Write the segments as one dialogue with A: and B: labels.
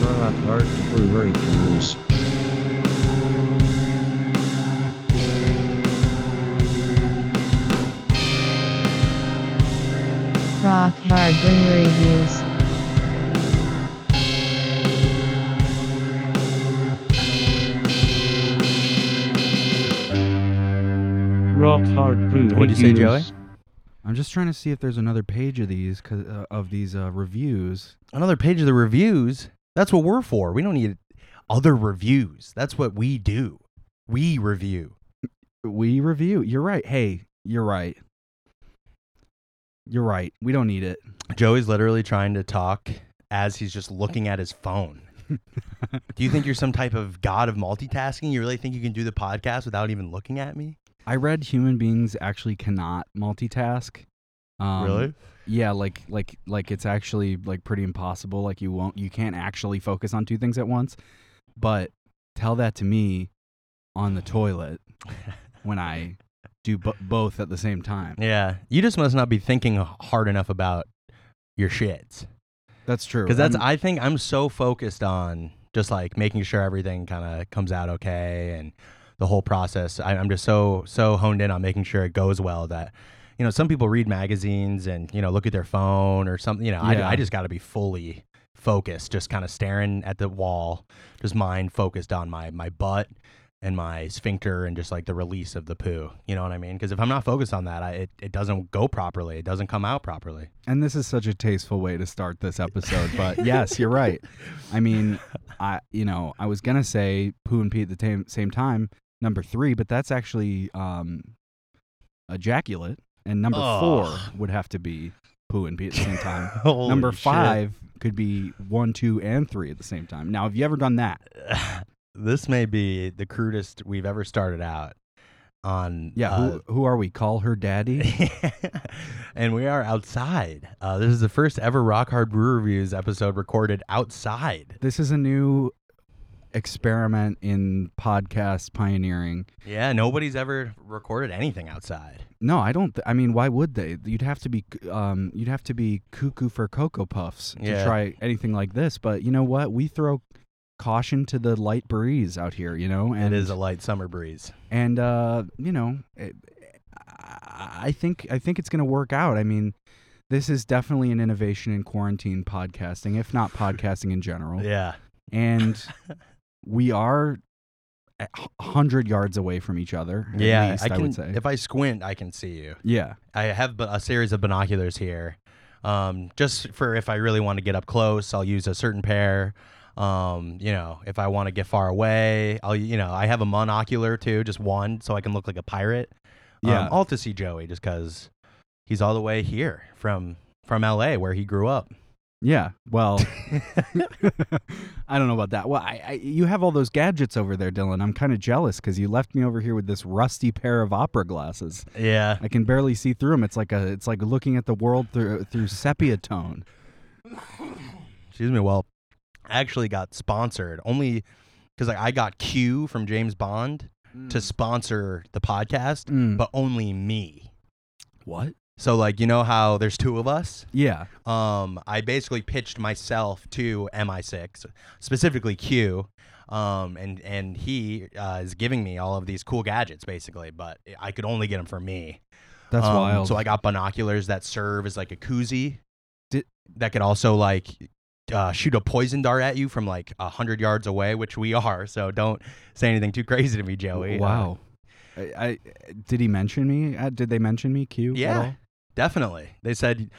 A: Hot Art Brewery Brews.
B: Rock Hard Brewery Views.
A: Rock Hard Brewery
C: What'd you say,
A: Brews.
C: Joey?
D: I'm just trying to see if there's another page of these 'cause, uh, of these uh, reviews.
C: Another page of the reviews. That's what we're for. We don't need other reviews. That's what we do. We review.
D: We review. You're right. Hey, you're right. You're right. We don't need it.
C: Joey's literally trying to talk as he's just looking at his phone. do you think you're some type of god of multitasking? You really think you can do the podcast without even looking at me?
D: I read human beings actually cannot multitask. Um, Yeah, like like like it's actually like pretty impossible. Like you won't you can't actually focus on two things at once. But tell that to me on the toilet when I do bo- both at the same time.
C: Yeah. You just must not be thinking hard enough about your shits.
D: That's true.
C: Because that's,
D: I'm-
C: I think I'm so focused on just like making sure everything kind of comes out okay and the whole process. I, I'm just so, so honed in on making sure it goes well that, you know, some people read magazines and, you know, look at their phone or something. You know,
D: Yeah.
C: I, I just got to be fully focused, just kind of staring at the wall, just mind focused on my, my butt and my sphincter and just like the release of the poo. You know what I mean? Because if I'm not focused on that, I, it, it doesn't go properly. It doesn't come out properly.
D: And this is such a tasteful way to start this episode, but yes, you're right. I mean, I you know I was gonna say poo and pee at the tam- same time, number three, but that's actually um, ejaculate, and number
C: Ugh.
D: four would have to be poo and pee at the same time.
C: Holy
D: number
C: shit.
D: five could be one, two, and three at the same time. Now, have you ever done that?
C: this may be the crudest we've ever started out on.
D: Yeah.
C: uh,
D: who who are we? Call her daddy.
C: and we are outside. Uh, this is the first ever Rock Hard Brew Reviews episode recorded outside.
D: this is a new experiment in podcast pioneering.
C: Yeah, nobody's ever recorded anything outside.
D: No, I don't. Th- I mean, why would they? You'd have to be, um, you'd have to be cuckoo for cocoa puffs to
C: Yeah.
D: try anything like this. But you know what? We throw caution to the light breeze out here, you know. And
C: it is a light summer breeze.
D: and uh, you know, it, I I think I think it's going to work out. I mean, this is definitely an innovation in quarantine podcasting, if not podcasting in general.
C: Yeah.
D: And we are a h- hundred yards away from each other. at
C: yeah.
D: least,
C: I
D: I,
C: can.
D: would say.
C: If I squint, I can see you.
D: yeah.
C: I have bu- a series of binoculars here. Um, just for if I really want to get up close, I'll use a certain pair. Um, you know, if I want to get far away, I'll you know I have a monocular too, just one, so I can look like a pirate. Um,
D: Yeah.
C: all to see Joey, just because he's all the way here from from L.A. where he grew up.
D: Yeah. Well, I don't know about that. Well, I, I you have all those gadgets over there, Dylan. I'm kind of jealous because you left me over here with this rusty pair of opera glasses.
C: Yeah,
D: I can barely see through them. It's like a it's like looking at the world through uh, through sepia tone.
C: excuse me. Well, I actually got sponsored only because like I got Q from James Bond to sponsor the podcast,
D: Mm.
C: but only me.
D: what?
C: So like you know how there's two of us.
D: Yeah.
C: Um, I basically pitched myself to MI6, specifically Q. Um, and and he uh, is giving me all of these cool gadgets basically, but I could only get them for me.
D: That's
C: Um,
D: wild.
C: So I got binoculars that serve as like a koozie
D: Did-
C: that could also like. Uh, shoot a poison dart at you from like a hundred yards away, which we are. So don't say anything too crazy to me, Joey. Uh,
D: wow. I, I did he mention me? Uh, Did they mention me? Q. at
C: Yeah.
D: all?
C: definitely. They said,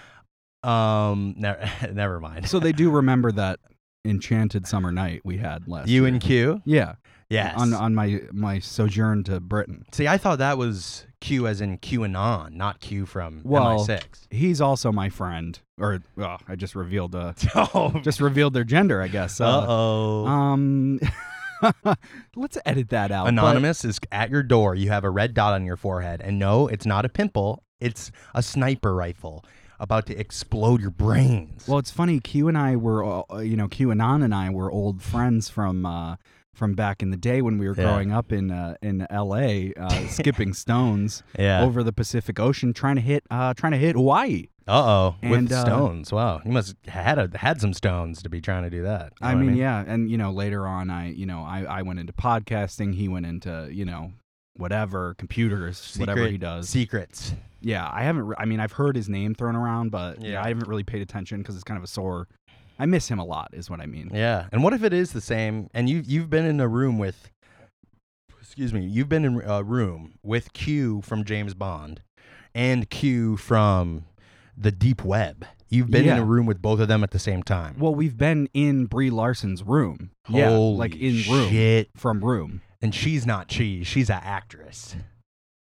C: um, never, never mind.
D: So they do remember that enchanted summer night we had last.
C: you
D: year.
C: and Q.
D: yeah.
C: Yes.
D: On on my my sojourn to Britain.
C: See, I thought that was Q as in QAnon, not Q from
D: Well-
C: MI6.
D: he's also my friend. Or oh, I just revealed uh
C: Oh,
D: just revealed their gender, I guess. Uh,
C: oh.
D: um, let's edit that out. Uh, but-
C: Anonymous is at your door. You have a red dot on your forehead, and no, it's not a pimple. It's a sniper rifle about to explode your brains.
D: well, it's funny. Q and I were, uh, you know, Q and Anon and I were old friends from uh, from back in the day when we were
C: Yeah.
D: growing up in uh, in L.A. Uh, skipping stones
C: yeah.
D: over the Pacific Ocean, trying to hit uh, trying to hit Hawaii.
C: Uh oh, with
D: And, uh,
C: stones. Wow, you must had a, had some stones to be trying to do that. You
D: I
C: know what
D: mean, yeah, and you know, later on, I you know, I I went into podcasting. He went into you know, whatever computers, whatever
C: Secret-
D: he does.
C: secrets.
D: yeah, I haven't. Re- I mean, I've heard his name thrown around, but yeah,
C: Yeah.
D: I haven't really paid attention because it's kind of a sore. I miss him a lot, is what I mean.
C: Yeah, and what if it is the same? And you you've been in a room with, excuse me, you've been in a room with Q from James Bond, and Q from the deep web. You've been in
D: Yeah.
C: a room with both of them at the same time.
D: Well, we've been in Brie Larson's room. yeah,
C: Holy
D: like in room
C: shit.
D: from room.
C: And she's not cheese. She's an actress.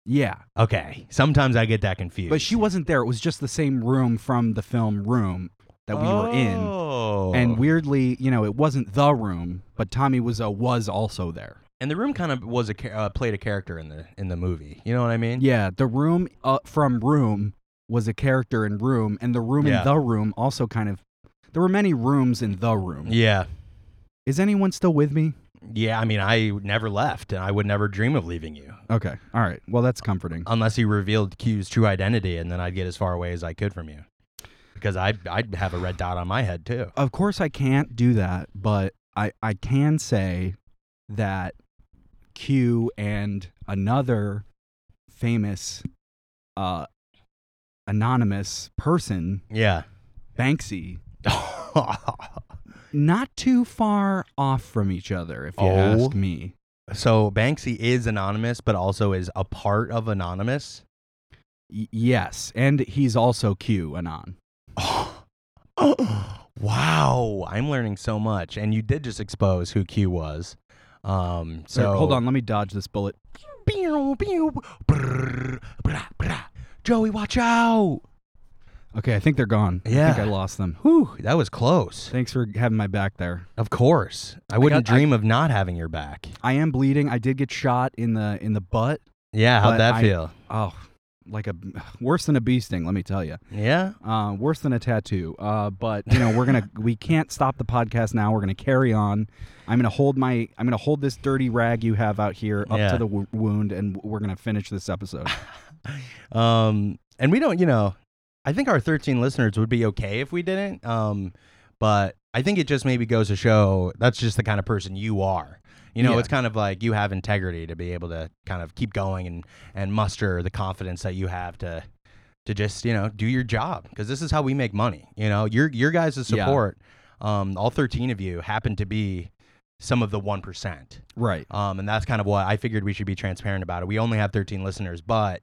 D: Yeah,
C: Okay. Sometimes I get that confused.
D: but she wasn't there. It was just the same room from the film Room that we were in.
C: Oh.
D: And weirdly, you know, it wasn't the room, but Tommy Wiseau was also there.
C: and the room kind of was a cha- uh, played a character in the in the movie. You know what I mean?
D: Yeah, the room uh, from Room was a character in Room, and the room
C: Yeah.
D: in the room also kind of. There were many rooms in the room.
C: Yeah.
D: Is anyone still with me?
C: Yeah, I mean, I never left, and I would never dream of leaving you
D: Okay, all right. Well, that's comforting.
C: unless you revealed Q's true identity, and then I'd get as far away as I could from you, because I I'd have a red dot on my head too.
D: Of course, I can't do that, but I I can say that Q and another famous, uh, anonymous person,
C: Yeah.
D: Banksy, not too far off from each other, if you
C: Oh.
D: ask me.
C: so Banksy is anonymous, but also is a part of anonymous.
D: Y- yes, and he's also Q anon.
C: wow, I'm learning so much, and you did just expose who Q was. Um,
D: So
C: so
D: hold on, let me dodge this bullet.
C: Pew, pew, brrr, brah, brah. Joey, watch out!
D: Okay, I think they're gone. I
C: Yeah.
D: think I lost them.
C: Whew, that was close.
D: Thanks for having my back there.
C: Of course, I wouldn't
D: got- I-
C: dream of not having your back.
D: I am bleeding. I did get shot in the in the butt.
C: Yeah, how'd
D: But
C: that
D: I-
C: feel?
D: Oh, like a worse than a bee sting, let me tell you.
C: Yeah,
D: Uh, worse than a tattoo. Uh, but you know, we're gonna we can't stop the podcast now. We're gonna carry on. I'm gonna hold my I'm gonna hold this dirty rag you have out here up
C: Yeah.
D: to the w- wound, and we're gonna finish this episode.
C: um, and we don't, you know, I think our 13 listeners would be okay if we didn't. Um, but I think it just maybe goes to show that's just the kind of person you are. You know,
D: Yeah.
C: it's kind of like you have integrity to be able to kind of keep going and and muster the confidence that you have to to just you know do your job because this is how we make money. You know, your your guys'
D: Yeah.
C: support, um, all 13 of you happen to be some of the one percent.
D: right.
C: Um, and that's kind of what I figured we should be transparent about it. We only have 13 listeners, but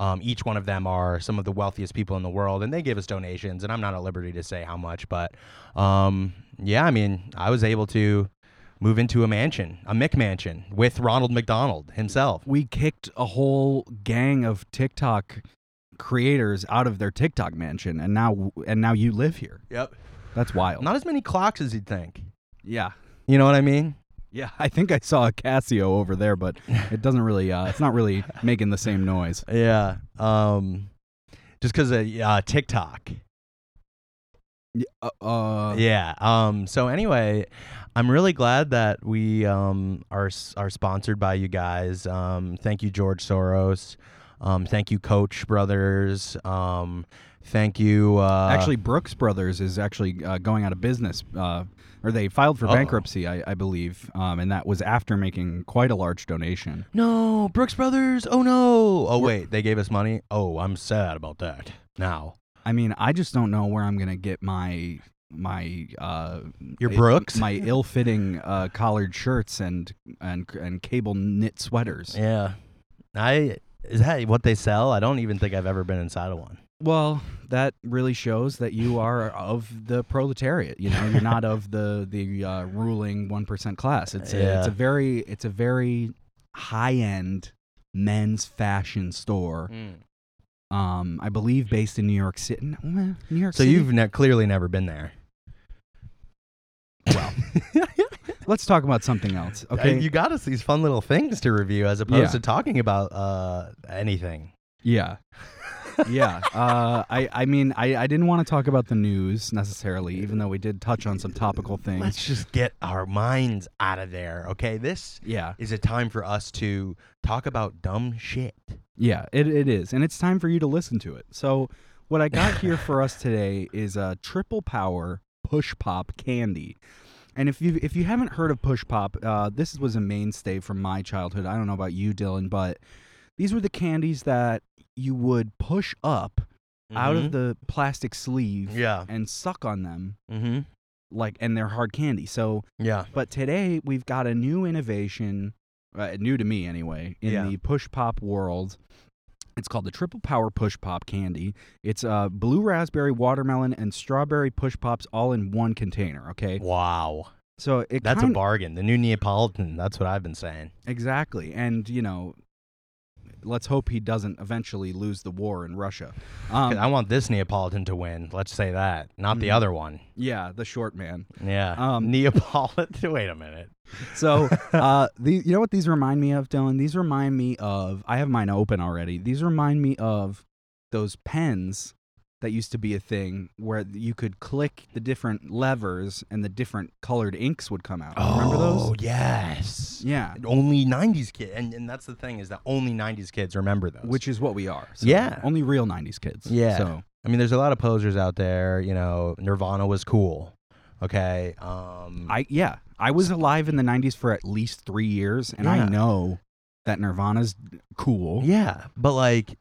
C: um, each one of them are some of the wealthiest people in the world, and they give us donations. And I'm not at liberty to say how much, but um, yeah, I mean, I was able to move into a mansion, a Mick mansion, with Ronald McDonald himself.
D: We kicked a whole gang of TikTok creators out of their TikTok mansion, and now and now you live here.
C: Yep.
D: That's wild.
C: Not as many clocks as you'd think.
D: yeah.
C: You know what I mean?
D: Yeah, I think I saw a Casio over there, but it doesn't really. Uh, it's not really making the same noise.
C: Yeah. Um, just because of uh, TikTok.
D: Y- Uh, uh,
C: yeah um so anyway i'm really glad that we um are s- are sponsored by you guys um thank you george soros um thank you coach brothers um thank you uh
D: Actually, Brooks Brothers is actually uh, going out of business, uh, or they filed for
C: Uh-oh.
D: bankruptcy, I, I believe, um, and that was after making quite a large donation.
C: no brooks brothers oh no oh wait they gave us money oh i'm sad about that now
D: I mean, I just don't know where I'm gonna get my my uh,
C: your
D: i-
C: brooks
D: my ill-fitting uh, collared shirts and and and cable knit sweaters.
C: yeah i is that what they sell i don't even think i've ever been inside of one
D: Well, that really shows that you are of the proletariat. You know, you're not of the the uh, ruling one percent class. It's a, it's
C: Yeah.
D: a very it's a very high end men's fashion store. Um, I believe based in New York City. No, eh, New York
C: so
D: City.
C: you've ne- clearly never been there
D: let's talk about something else.
C: I-
D: Okay.
C: you got us these fun little things to review as opposed
D: Yeah.
C: to talking about uh, anything.
D: yeah. yeah. Uh, I I mean I I didn't want to talk about the news necessarily, even though we did touch on some topical
C: Let's
D: things.
C: just get our minds out of there, okay? This
D: Yeah.
C: is a time for us to talk about dumb shit.
D: Yeah, it, it is. And it's time for you to listen to it. So What I got here for us today is a triple power push pop candy. And if you if you haven't heard of push pop, uh, this was a mainstay from my childhood. I don't know about you, Dylan, but these were the candies that you would push up out of
C: Mhm.
D: the plastic sleeve
C: Mm-hmm. yeah.
D: and suck on them
C: Mm-hmm.
D: like and they're hard candy. So,
C: Yeah.
D: but today we've got a new innovation, uh, new to me anyway, in
C: Yeah.
D: the push pop world. It's called the Triple Power Push Pop Candy. It's uh, blue raspberry, watermelon, and strawberry push pops all in one container. Okay,
C: Wow.
D: so it
C: That's
D: kind
C: a bargain. The new Neapolitan. That's what I've been saying.
D: exactly, and you know, let's hope he doesn't eventually lose the war in Russia. Um,
C: 'Cause I want this Neapolitan to win. Let's say that, not the
D: Mhm.
C: other one.
D: yeah, the short man.
C: Yeah.
D: Um,
C: Neapolitan. Wait a minute.
D: So, uh, the, you know what these remind me of, Dylan? These remind me of, I have mine open already. These remind me of those pens that used to be a thing where you could click the different levers and the different colored inks would come out. Remember those?
C: Oh, yes.
D: Yeah.
C: Only '90s kid, and, and that's the thing is that only '90s kids remember those.
D: Which is what we are. So
C: Yeah.
D: Only real 90s kids.
C: Yeah.
D: So,
C: I mean, there's a lot of posers out there. You know, Nirvana was cool. Okay. Um,
D: I, yeah, I was alive in the 90s for at least three years, and
C: Yeah.
D: I know that Nirvana's cool.
C: Yeah, but like,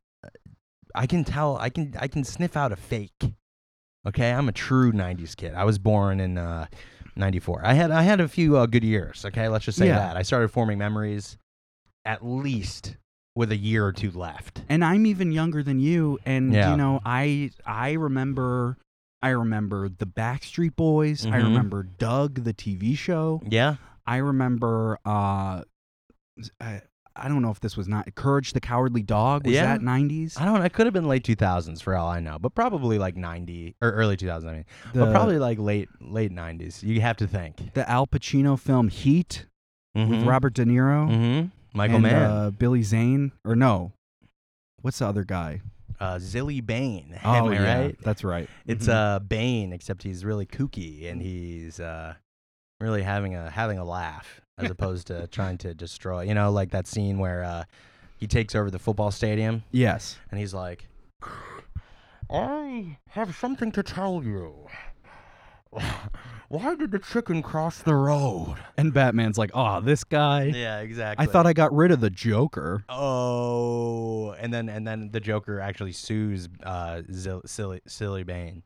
C: I can tell. I can. I can sniff out a fake. Okay, I'm a true '90s kid. I was born in uh, '94. I had. I had a few uh, good years. Okay, let's just say
D: Yeah.
C: that I started forming memories, at least with a year or two left.
D: and I'm even younger than you. And
C: Yeah.
D: you know, I I remember I remember the Backstreet Boys. I
C: Mhm.
D: remember Doug, the TV show.
C: Yeah.
D: I remember uh, I, I don't know if this was not Courage the Cowardly Dog. Was
C: Yeah. Uh,
D: that nineties?
C: I don't. I could have been late 2000s for all I know, but probably like 90 or early 2000s. I mean, but probably like late late 90s. You have to think.
D: the Al Pacino film Heat with
C: Mhm.
D: Robert De Niro,
C: Mhm. Michael
D: Mm-hmm. and,
C: Mann.
D: uh, Billy Zane, or no. What's the other guy?
C: uh, Zilly Bain. Am I
D: Oh, yeah,
C: right?
D: That's right.
C: It's
D: Mhm.
C: uh, Bane, except he's really kooky and he's uh, really having a having a laugh as opposed to trying to destroy. You know, like that scene where uh, he takes over the football stadium
D: yes.
C: and he's like, "I have something to tell you. Why did the chicken cross the road?"
D: And Batman's like, oh, this guy.
C: Yeah, exactly.
D: I thought I got rid of the Joker.
C: Oh, and then and then the Joker actually sues uh, Zil- silly silly Bane.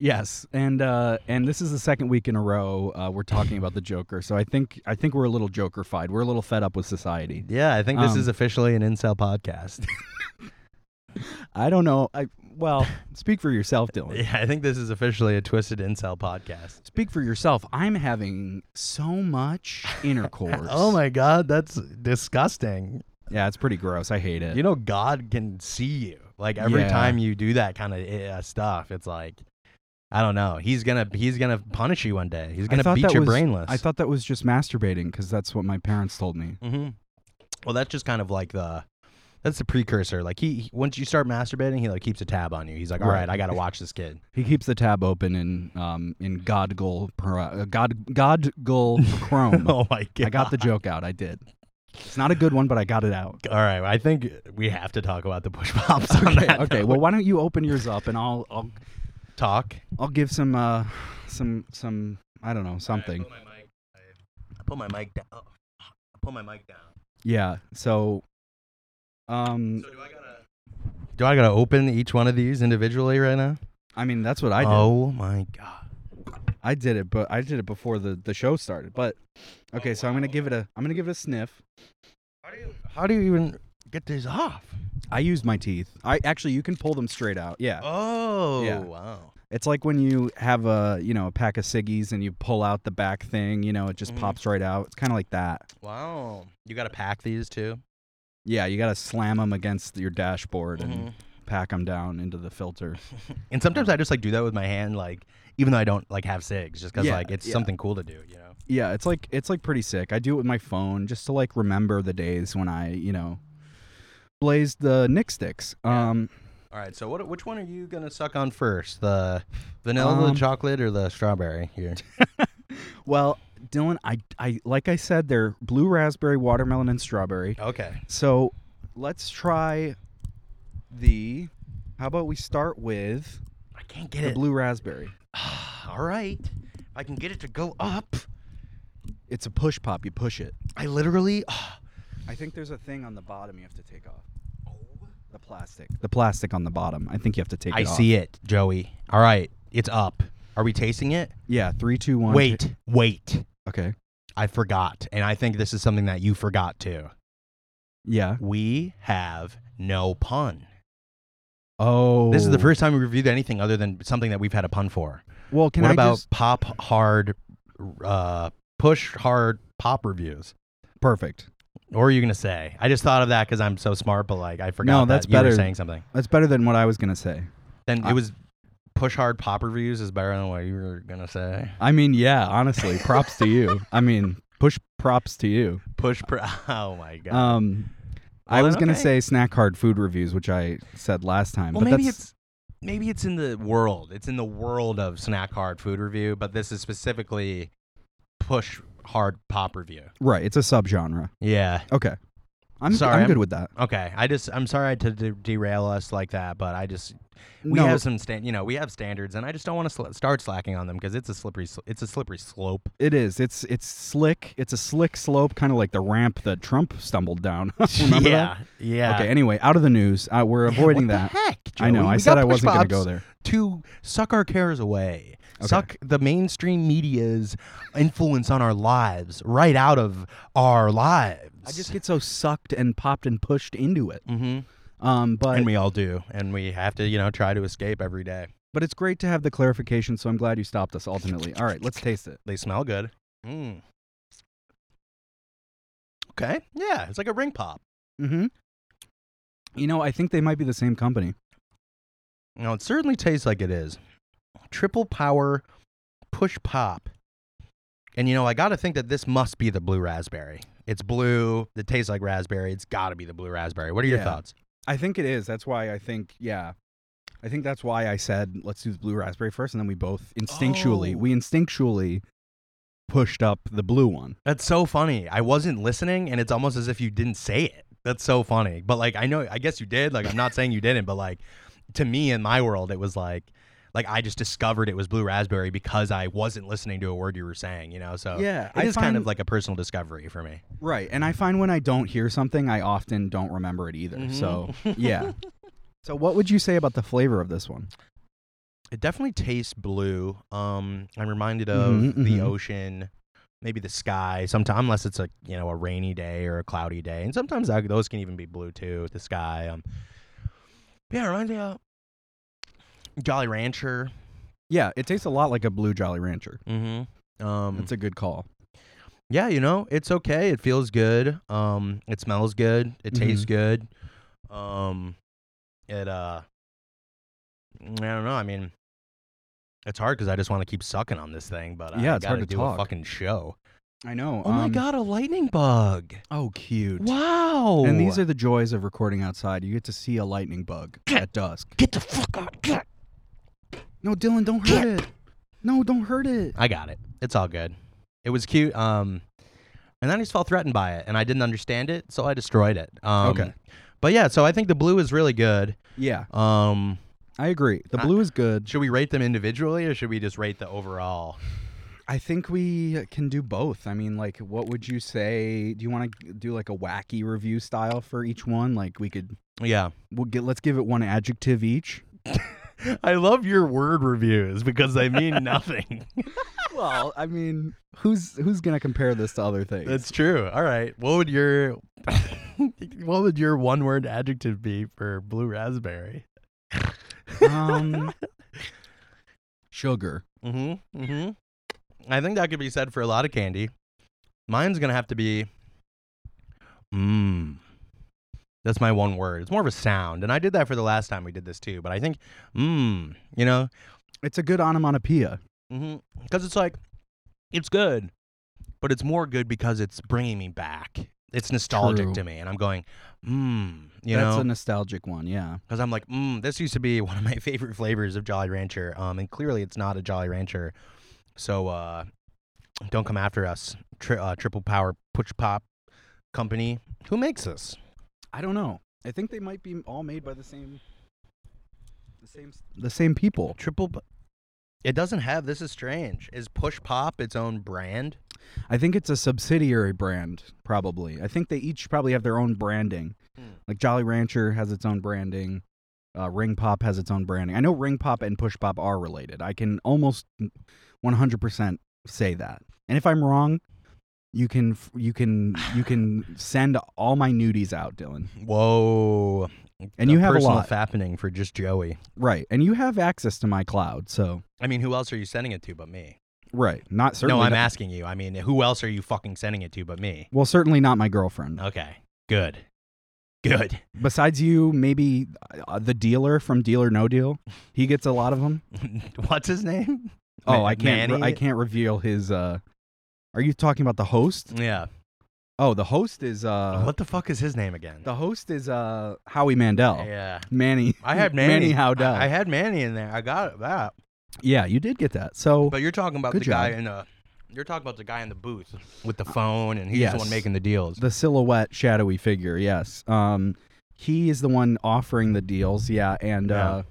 D: Yes, and uh, and this is the second week in a row uh, we're talking about the Joker. So I think I think we're a little Jokerfied. We're a little fed up with society.
C: Yeah, I think this
D: Um,
C: is officially an incel podcast.
D: I don't know. I well, speak for yourself, Dylan.
C: yeah, I think this is officially a twisted incel podcast.
D: Speak for yourself. I'm having so much intercourse.
C: Oh my god, that's disgusting.
D: Yeah, it's pretty gross. I hate it.
C: You know, God can see you. Like every
D: Yeah.
C: time you do that kind of uh, stuff, it's like, I don't know. He's gonna he's gonna punish you one day. He's
D: I
C: gonna
D: thought
C: beat
D: that
C: your
D: was-
C: brainless.
D: I thought that was just masturbating because that's what my parents told me.
C: Mm-hmm. Well, that's just kind of like the that's the precursor. Like he, he- once you start masturbating, he like keeps a tab on you. He's like, all
D: Right.
C: right, I gotta watch this kid.
D: He keeps the tab open in um in Godgle per- uh, God Godgle Chrome.
C: oh my god.
D: I got the joke out. I did. It's not a good one, but I got it out.
C: All right, I think we have to talk about the push pops on
D: okay,
C: that.
D: okay.
C: though.
D: Well, why don't you open yours up and I'll I'll
C: talk.
D: I'll give some uh some some I don't know something.
C: I put my mic down. I put my mic down.
D: Yeah. So, um,
C: do I gotta? Do I gotta open each one of these individually right now?
D: I mean that's what I did.
C: Oh my god.
D: I did it, but I did it before the the show started. But okay, so I'm gonna give it a I'm gonna give it a sniff.
C: How do you? How do you even get these off?
D: I used my teeth. I actually you can pull them straight out. Yeah.
C: Oh
D: Yeah.
C: wow.
D: It's like when you have a you know a pack of ciggies and you pull out the back thing. You know it just
C: Mhm.
D: pops right out. It's kind of like that.
C: Wow. You gotta pack these too.
D: Yeah, you gotta slam them against your dashboard and
C: Mhm.
D: pack them down into the filter.
C: And sometimes I just like do that with my hand, like even though I don't like have cigs, just because
D: Yeah,
C: like it's
D: yeah.
C: something cool to do, you know.
D: Yeah, it's like it's like pretty sick. I do it with my phone just to like remember the days when I, you know, blazed the Nick sticks.
C: Yeah.
D: Um
C: All right, so what? Which one are you gonna suck on first, the vanilla,
D: Um,
C: the chocolate, or the strawberry? Here.
D: well, Dylan, I I like I said they're blue raspberry, watermelon and strawberry.
C: Okay.
D: So, let's try the How about we start with
C: I can't get
D: the
C: it.
D: blue raspberry?
C: All right. If I can get it to go up.
D: It's a push pop. You push it.
C: I literally.
D: I think there's a thing on the bottom you have to take off. The plastic. The plastic on the bottom. I think you have to take
C: I
D: it off.
C: see it, Joey. All right. It's up. Are we tasting it?
D: Yeah, three, two, one. ta-
C: wait, wait.
D: okay.
C: I forgot. And I think this is something that you forgot too.
D: Yeah.
C: We have no pun.
D: Oh.
C: This is the first time we reviewed anything other than something that we've had a pun for.
D: Well, can
C: what
D: I
C: about
D: just-
C: pop hard, uh, push hard pop reviews?
D: perfect?
C: Or are you gonna say? I just thought of that because I'm so smart, but like I forgot.
D: No,
C: that
D: that's
C: you Were
D: better.
C: saying something.
D: That's better than what I was gonna say.
C: Then
D: I-
C: it was push hard pop reviews is better than what you were gonna say.
D: I mean, yeah, honestly, props to you. I mean, push props to you.
C: Push. Pr- oh my god.
D: Um, I
C: Well,
D: was
C: then,
D: gonna
C: okay.
D: say snack hard food reviews, which I said last time.
C: well,
D: but
C: maybe
D: that's,
C: it's maybe it's in the world. It's in the world of snack hard food review, but this is specifically push hard pop review.
D: right. It's a subgenre.
C: Yeah.
D: Okay, I'm
C: Sorry,
D: I'm,
C: I'm-
D: good with that.
C: Okay. I just I'm sorry to de- derail us like that, but I just we
D: no,
C: have some stand you know we have standards, and I just don't want to sl- start slacking on them because it's a slippery sl- it's a slippery slope.
D: it is. It's it's slick. It's a slick slope, kind of like the ramp that Trump stumbled down. Remember
C: yeah. Yeah.
D: that? Okay. Anyway, out of the news. Uh, we're avoiding
C: what
D: that.
C: The heck,
D: I know.
C: Joey?
D: I
C: We
D: said
C: got
D: I
C: push
D: wasn't gonna go
C: pops
D: there.
C: To suck our cares away,
D: Okay.
C: suck the mainstream media's influence on our lives right out of our lives.
D: I just get so sucked and popped and pushed into it.
C: hmm
D: Um, but
C: and we all do, and we have to, you know, try to escape every day.
D: but it's great to have the clarification. So I'm glad you stopped us. Ultimately, all right, let's taste it.
C: They smell good. Mm. Okay, yeah, it's like a ring pop.
D: Mm-hmm. You know, I think they might be the same company.
C: Now it certainly tastes like it is. Triple power push pop. And you know, I got to think that this must be the blue raspberry. It's blue, it tastes like raspberry. It's got to be the blue raspberry. What are your
D: Yeah.
C: thoughts?
D: I think it is. That's why I think, yeah. I think that's why I said, let's do the blue raspberry first. And then we both instinctually,
C: Oh.
D: we instinctually pushed up the blue one.
C: That's so funny. I wasn't listening and it's almost as if you didn't say it. That's so funny. But like I know I guess you did. Like I'm not saying you didn't, but like to me in my world it was like like I just discovered it was blue raspberry because I wasn't listening to a word you were saying, you know. So
D: Yeah,
C: it
D: I
C: is kind of
D: find-
C: like a personal discovery for me.
D: Right. And I find when I don't hear something, I often don't remember it either. So,
C: Mm-hmm.
D: yeah. So, what would you say about the flavor of this one?
C: It definitely tastes blue. Um, I'm reminded of
D: Mhm,
C: the
D: mhm.
C: ocean, maybe the sky. Sometimes, unless it's a you know a rainy day or a cloudy day, and sometimes that, those can even be blue too. The sky. Um, yeah, it reminds me of Jolly Rancher.
D: Yeah, it tastes a lot like a blue Jolly Rancher.
C: Mm-hmm. Um,
D: That's a good call.
C: yeah, you know, it's okay. It feels good. Um, it smells good. It tastes good. Um, it uh, I don't know. I mean, it's hard because I just want to keep sucking on this thing, but
D: Yeah,
C: I
D: it's
C: gotta
D: hard to
C: do
D: talk.
C: a fucking show.
D: I know.
C: Oh my
D: um,
C: god, a lightning bug!
D: Oh, cute.
C: Wow.
D: And these are the joys of recording outside. You get to see a lightning bug at dusk.
C: get the fuck out. Get.
D: No, Dylan, don't hurt it. No, don't hurt it.
C: I got it. It's all good. It was cute. Um, and then I just felt threatened by it, and I didn't understand it, so I destroyed it. Um,
D: Okay.
C: But yeah, so I think the blue is really good.
D: Yeah,
C: Um,
D: I agree. The
C: I-
D: blue is good.
C: Should we rate them individually or should we just rate the overall?
D: I think we can do both. I mean, like, what would you say? Do you want to do like a wacky review style for each one? Like, we could
C: Yeah.
D: we'll get let's give it one adjective each.
C: I love your word reviews because they mean nothing.
D: Well, I mean, who's who's gonna compare this to other things?
C: That's true. All right. What would your what would your one word adjective be for blue raspberry?
D: um, sugar.
C: Mm-hmm. Mm-hmm. I think that could be said for a lot of candy. Mine's gonna have to be mmm. That's my one word. It's more of a sound. And I did that for the last time we did this too, but I think mmm, you know,
D: It's a good onomatopoeia.
C: Because Mm-hmm. it's like, it's good, but it's more good because it's bringing me back. It's nostalgic
D: True.
C: to me, and I'm going, mmm, you
D: That's
C: know,
D: a nostalgic one. Yeah.
C: because I'm like, mmm, this used to be one of my favorite flavors of Jolly Rancher, um, and clearly it's not a Jolly Rancher, so uh, don't come after us, Tri- uh, Triple Power Push Pop Company. Who makes this?
D: I don't know. I think they might be all made by the same the same s- the same people.
C: Triple. P- it doesn't have. This is strange. Is Push Pop its own brand?
D: I think it's a subsidiary brand, probably. I think they each probably have their own branding.
C: Hmm.
D: Like Jolly Rancher has its own branding. Uh, Ring Pop has its own branding. I know Ring Pop and Push Pop are related. I can almost 100% say that. And if I'm wrong, you can f- you can you can send all my nudies out, Dylan.
C: Whoa.
D: And you have a
C: personal
D: lot.
C: fappening for just Joey.
D: Right. And you have access to my cloud, so
C: I mean, who else are you sending it to but me?
D: right. Not certainly
C: no, I'm
D: not-
C: asking you. I mean, who else are you fucking sending it to but me?
D: Well, certainly not my girlfriend.
C: Okay. Good. Good.
D: Besides you, maybe uh, the dealer from Dealer No Deal. He gets a lot of them.
C: What's his name?
D: Oh,
C: Ma-
D: I can't. re-
C: Manny?
D: I can't reveal his. uh Are you talking about the host?
C: Yeah.
D: Oh, the host is. uh
C: what Mm. the fuck is his name again?
D: The host is uh Howie Mandel.
C: Yeah.
D: Manny.
C: I had Manny.
D: Howdell.
C: I had Manny in there. I got that.
D: yeah, you did get that. So
C: But you're talking about
D: Oh, Good
C: the guy
D: job.
C: in the you're talking about the guy in the booth with the phone and he's the one
D: yes.
C: making the deals.
D: the silhouette, shadowy figure. Yes. Um, he is the one offering the deals. Yeah, and.
C: Yeah.
D: uh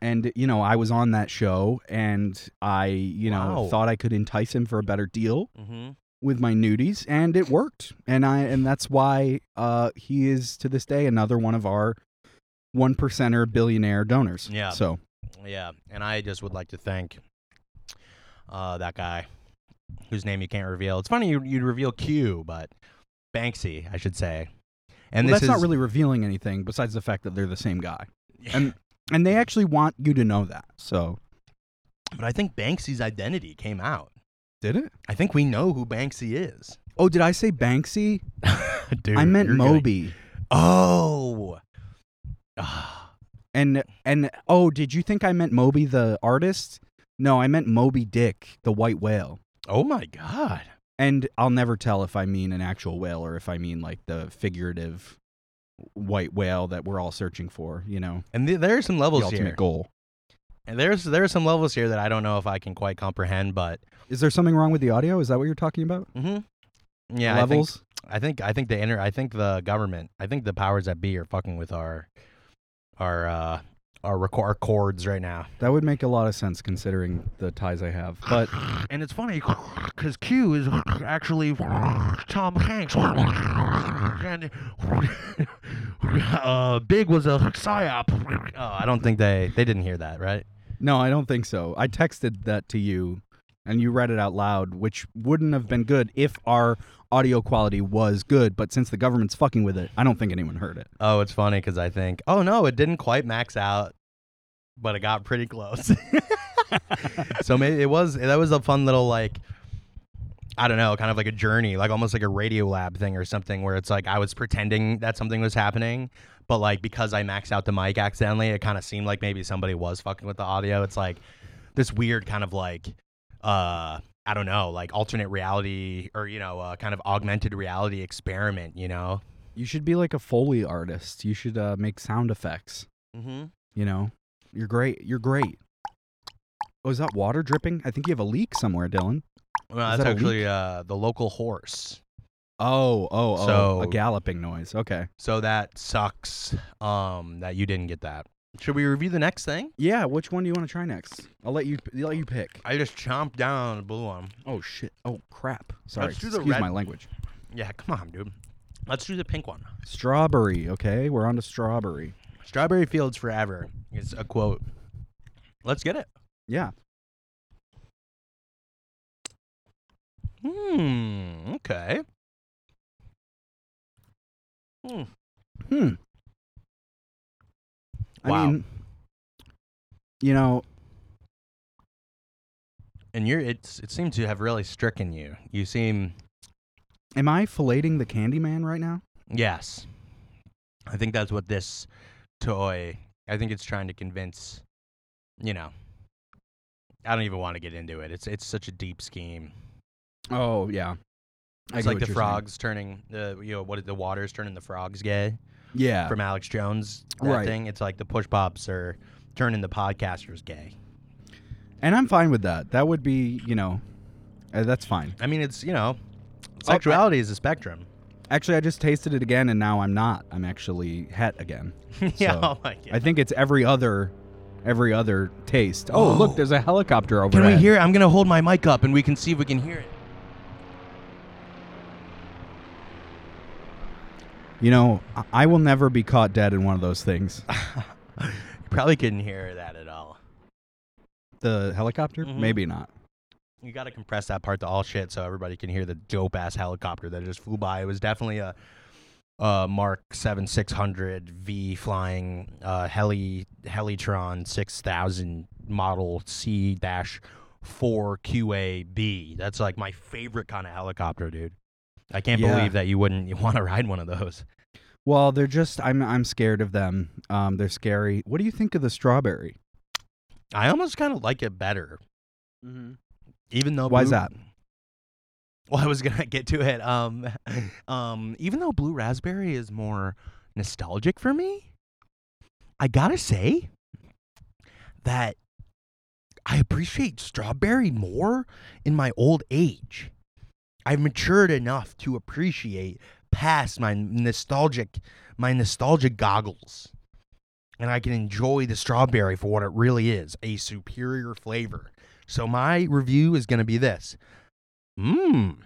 D: and you know, I was on that show, and I, you know,
C: Wow.
D: thought I could entice him for a better deal,
C: mm-hmm.
D: with my nudies and it worked and i and that's why uh he is to this day another one of our one percenter billionaire donors
C: Yeah.
D: so
C: Yeah, and I just would like to thank uh, that guy whose name you can't reveal. It's funny you you reveal Q, but Banksy, I should say. And
D: Well, that's
C: this is
D: not really revealing anything besides the fact that they're the same guy and and they actually want you to know that so
C: but I think Banksy's identity came out.
D: did it
C: I think we know who Banksy is.
D: oh did i say banksy
C: Dude,
D: i meant
C: you're gonna-
D: moby
C: Oh. Ah,
D: and and oh did you think i meant moby the artist no i meant moby dick the white whale
C: oh my god.
D: and I'll never tell if I mean an actual whale or if I mean like the figurative white whale that we're all searching for. You know,
C: And th- there are some
D: the
C: levels
D: ultimate
C: here.
D: goal.
C: And there's there are some levels here that I don't know if I can quite comprehend, but
D: Is there something wrong with the audio? Is that what you're talking about?
C: mhm. yeah, I
D: Mm-hmm.
C: think-
D: levels.
C: I think I think the inter- I think the government I think the powers that be are fucking with our our uh our record our chords right now.
D: That would make a lot of sense considering the ties I have. But
C: And it's funny because Q is actually Tom Hanks, and uh, Big was a psyop. Oh, I don't think they they didn't hear that, right?
D: no, I don't think so. I texted that to you, and you read it out loud, which wouldn't have been good if our audio quality was good. But since the government's fucking with it, I don't think anyone heard it.
C: Oh, it's funny because I think oh no, it didn't quite max out, but it got pretty close. so maybe it was that was a fun little like I don't know, kind of like a journey, like almost like a radio lab thing or something where it's like I was pretending that something was happening, but like because I maxed out the mic accidentally, it kind of seemed like maybe somebody was fucking with the audio. It's like this weird kind of like uh I don't know, like alternate reality or you know, uh, kind of augmented reality experiment, you know.
D: You should be like a Foley artist. You should uh, make sound effects.
C: Mhm.
D: You know, you're great. You're great. Oh, is that water dripping? I think you have a leak somewhere, Dylan.
C: Well,
D: Is
C: that's
D: that a
C: actually uh the local horse.
D: Oh, oh, oh. a
C: So-
D: galloping noise. Okay.
C: So that sucks um that you didn't get that. Should we review the next thing?
D: Yeah. Which one do you want to try next? I'll let you. I'll let you pick.
C: I just chomped down on the blue one.
D: Oh shit. Oh crap. Sorry.
C: Let's do
D: Excuse
C: the red-
D: my language.
C: Yeah, come on, dude. Let's do the pink one.
D: Strawberry. Okay. We're on to strawberry.
C: Strawberry fields forever is a quote. Let's get it.
D: Yeah.
C: Hmm. Okay. Hmm.
D: Hmm. I
C: Wow.
D: mean, you know,
C: And you're it's it seems to have really stricken you. You seem
D: am I filleting the Candyman right now?
C: yes. I think that's what this toy. I think it's trying to convince. You know. I don't even want to get into it. It's it's such a deep scheme.
D: Oh yeah. I get
C: It's like
D: what
C: the
D: you're saying.
C: frogs turning the you know what is the waters turning the frogs gay
D: Yeah.
C: from Alex Jones that
D: Right.
C: thing. It's like the push pops are turning the podcasters gay.
D: And I'm fine with that. That would be, you know, uh, that's fine.
C: I mean, it's you know,
D: Oh,
C: sexuality is a spectrum.
D: Actually, I just tasted het again, and now I'm not. I'm actually het again.
C: yeah.
D: So,
C: oh my god.
D: I think it's every other every other taste. Oh,
C: Oh.
D: look, there's a helicopter over
C: Can
D: there.
C: we hear it? I'm gonna hold my mic up and we can see if we can hear it.
D: You know, I- I will never be caught dead in one of those things.
C: You probably couldn't hear that at all.
D: The helicopter?
C: Mhm.
D: Maybe not.
C: You gotta compress that part to all shit so everybody can hear the dope ass helicopter that just flew by. It was definitely a, a Mark Seven Six Hundred V flying uh, heli Helitron six thousand model C dash four QAB. That's like my favorite kind of helicopter, dude. I can't
D: Yeah.
C: believe that you wouldn't want to ride one of those.
D: Well, they're just I'm I'm scared of them. Um, they're scary. What do you think of the strawberry?
C: I almost kind of like it better, Mm-hmm. even though
D: Why's
C: Blue-
D: that?
C: Well, I was gonna get to it. Um, um, even though Blue Raspberry is more nostalgic for me, I gotta say that I appreciate strawberry more in my old age. I've matured enough to appreciate past my nostalgic, my nostalgic goggles, and I can enjoy the strawberry for what it really is—a superior flavor. So my review is gonna be this. Mmm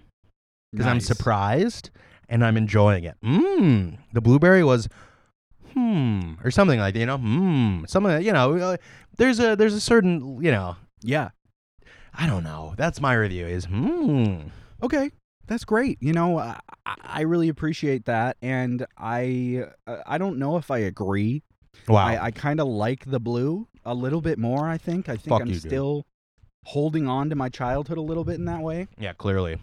C: because I'm
D: Nice.
C: surprised and I'm enjoying it. Mmm. The blueberry was hmm or something like that, you know, hmm. Something you know, uh, there's a there's a certain you know,
D: Yeah.
C: I don't know. That's my review is hmm.
D: Okay. That's great. You know, I, I- I really appreciate that, and I uh, I don't know if I agree.
C: Wow.
D: I, I kind of like the blue a little bit more. I think. I think
C: Fuck
D: I'm
C: you, dude.
D: still holding on to my childhood a little bit in that way.
C: yeah, clearly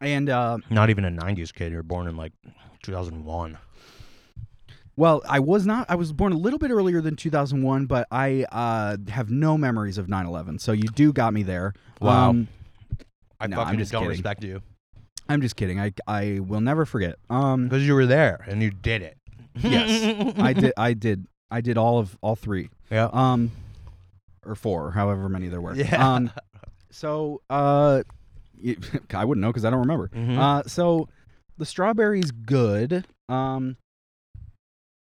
D: And uh,
C: not even a '90s kid. You're born in like 2001.
D: Well, I was not. I was born a little bit earlier than 2001, but I uh, have no memories of 9/11. So you do got me there.
C: Wow.
D: Um,
C: I
D: No, I'm
C: fucking
D: just
C: don't
D: kidding.
C: respect you
D: I'm just kidding. I I will never forget. Um,
C: because you were there and you did it.
D: Yes. I did. I did. I did all of all three.
C: Yeah.
D: Um, or four, however many there were.
C: Yeah.
D: Um, so uh, y- I wouldn't know because I don't remember.
C: Mhm.
D: Uh, so the strawberry's good. Um,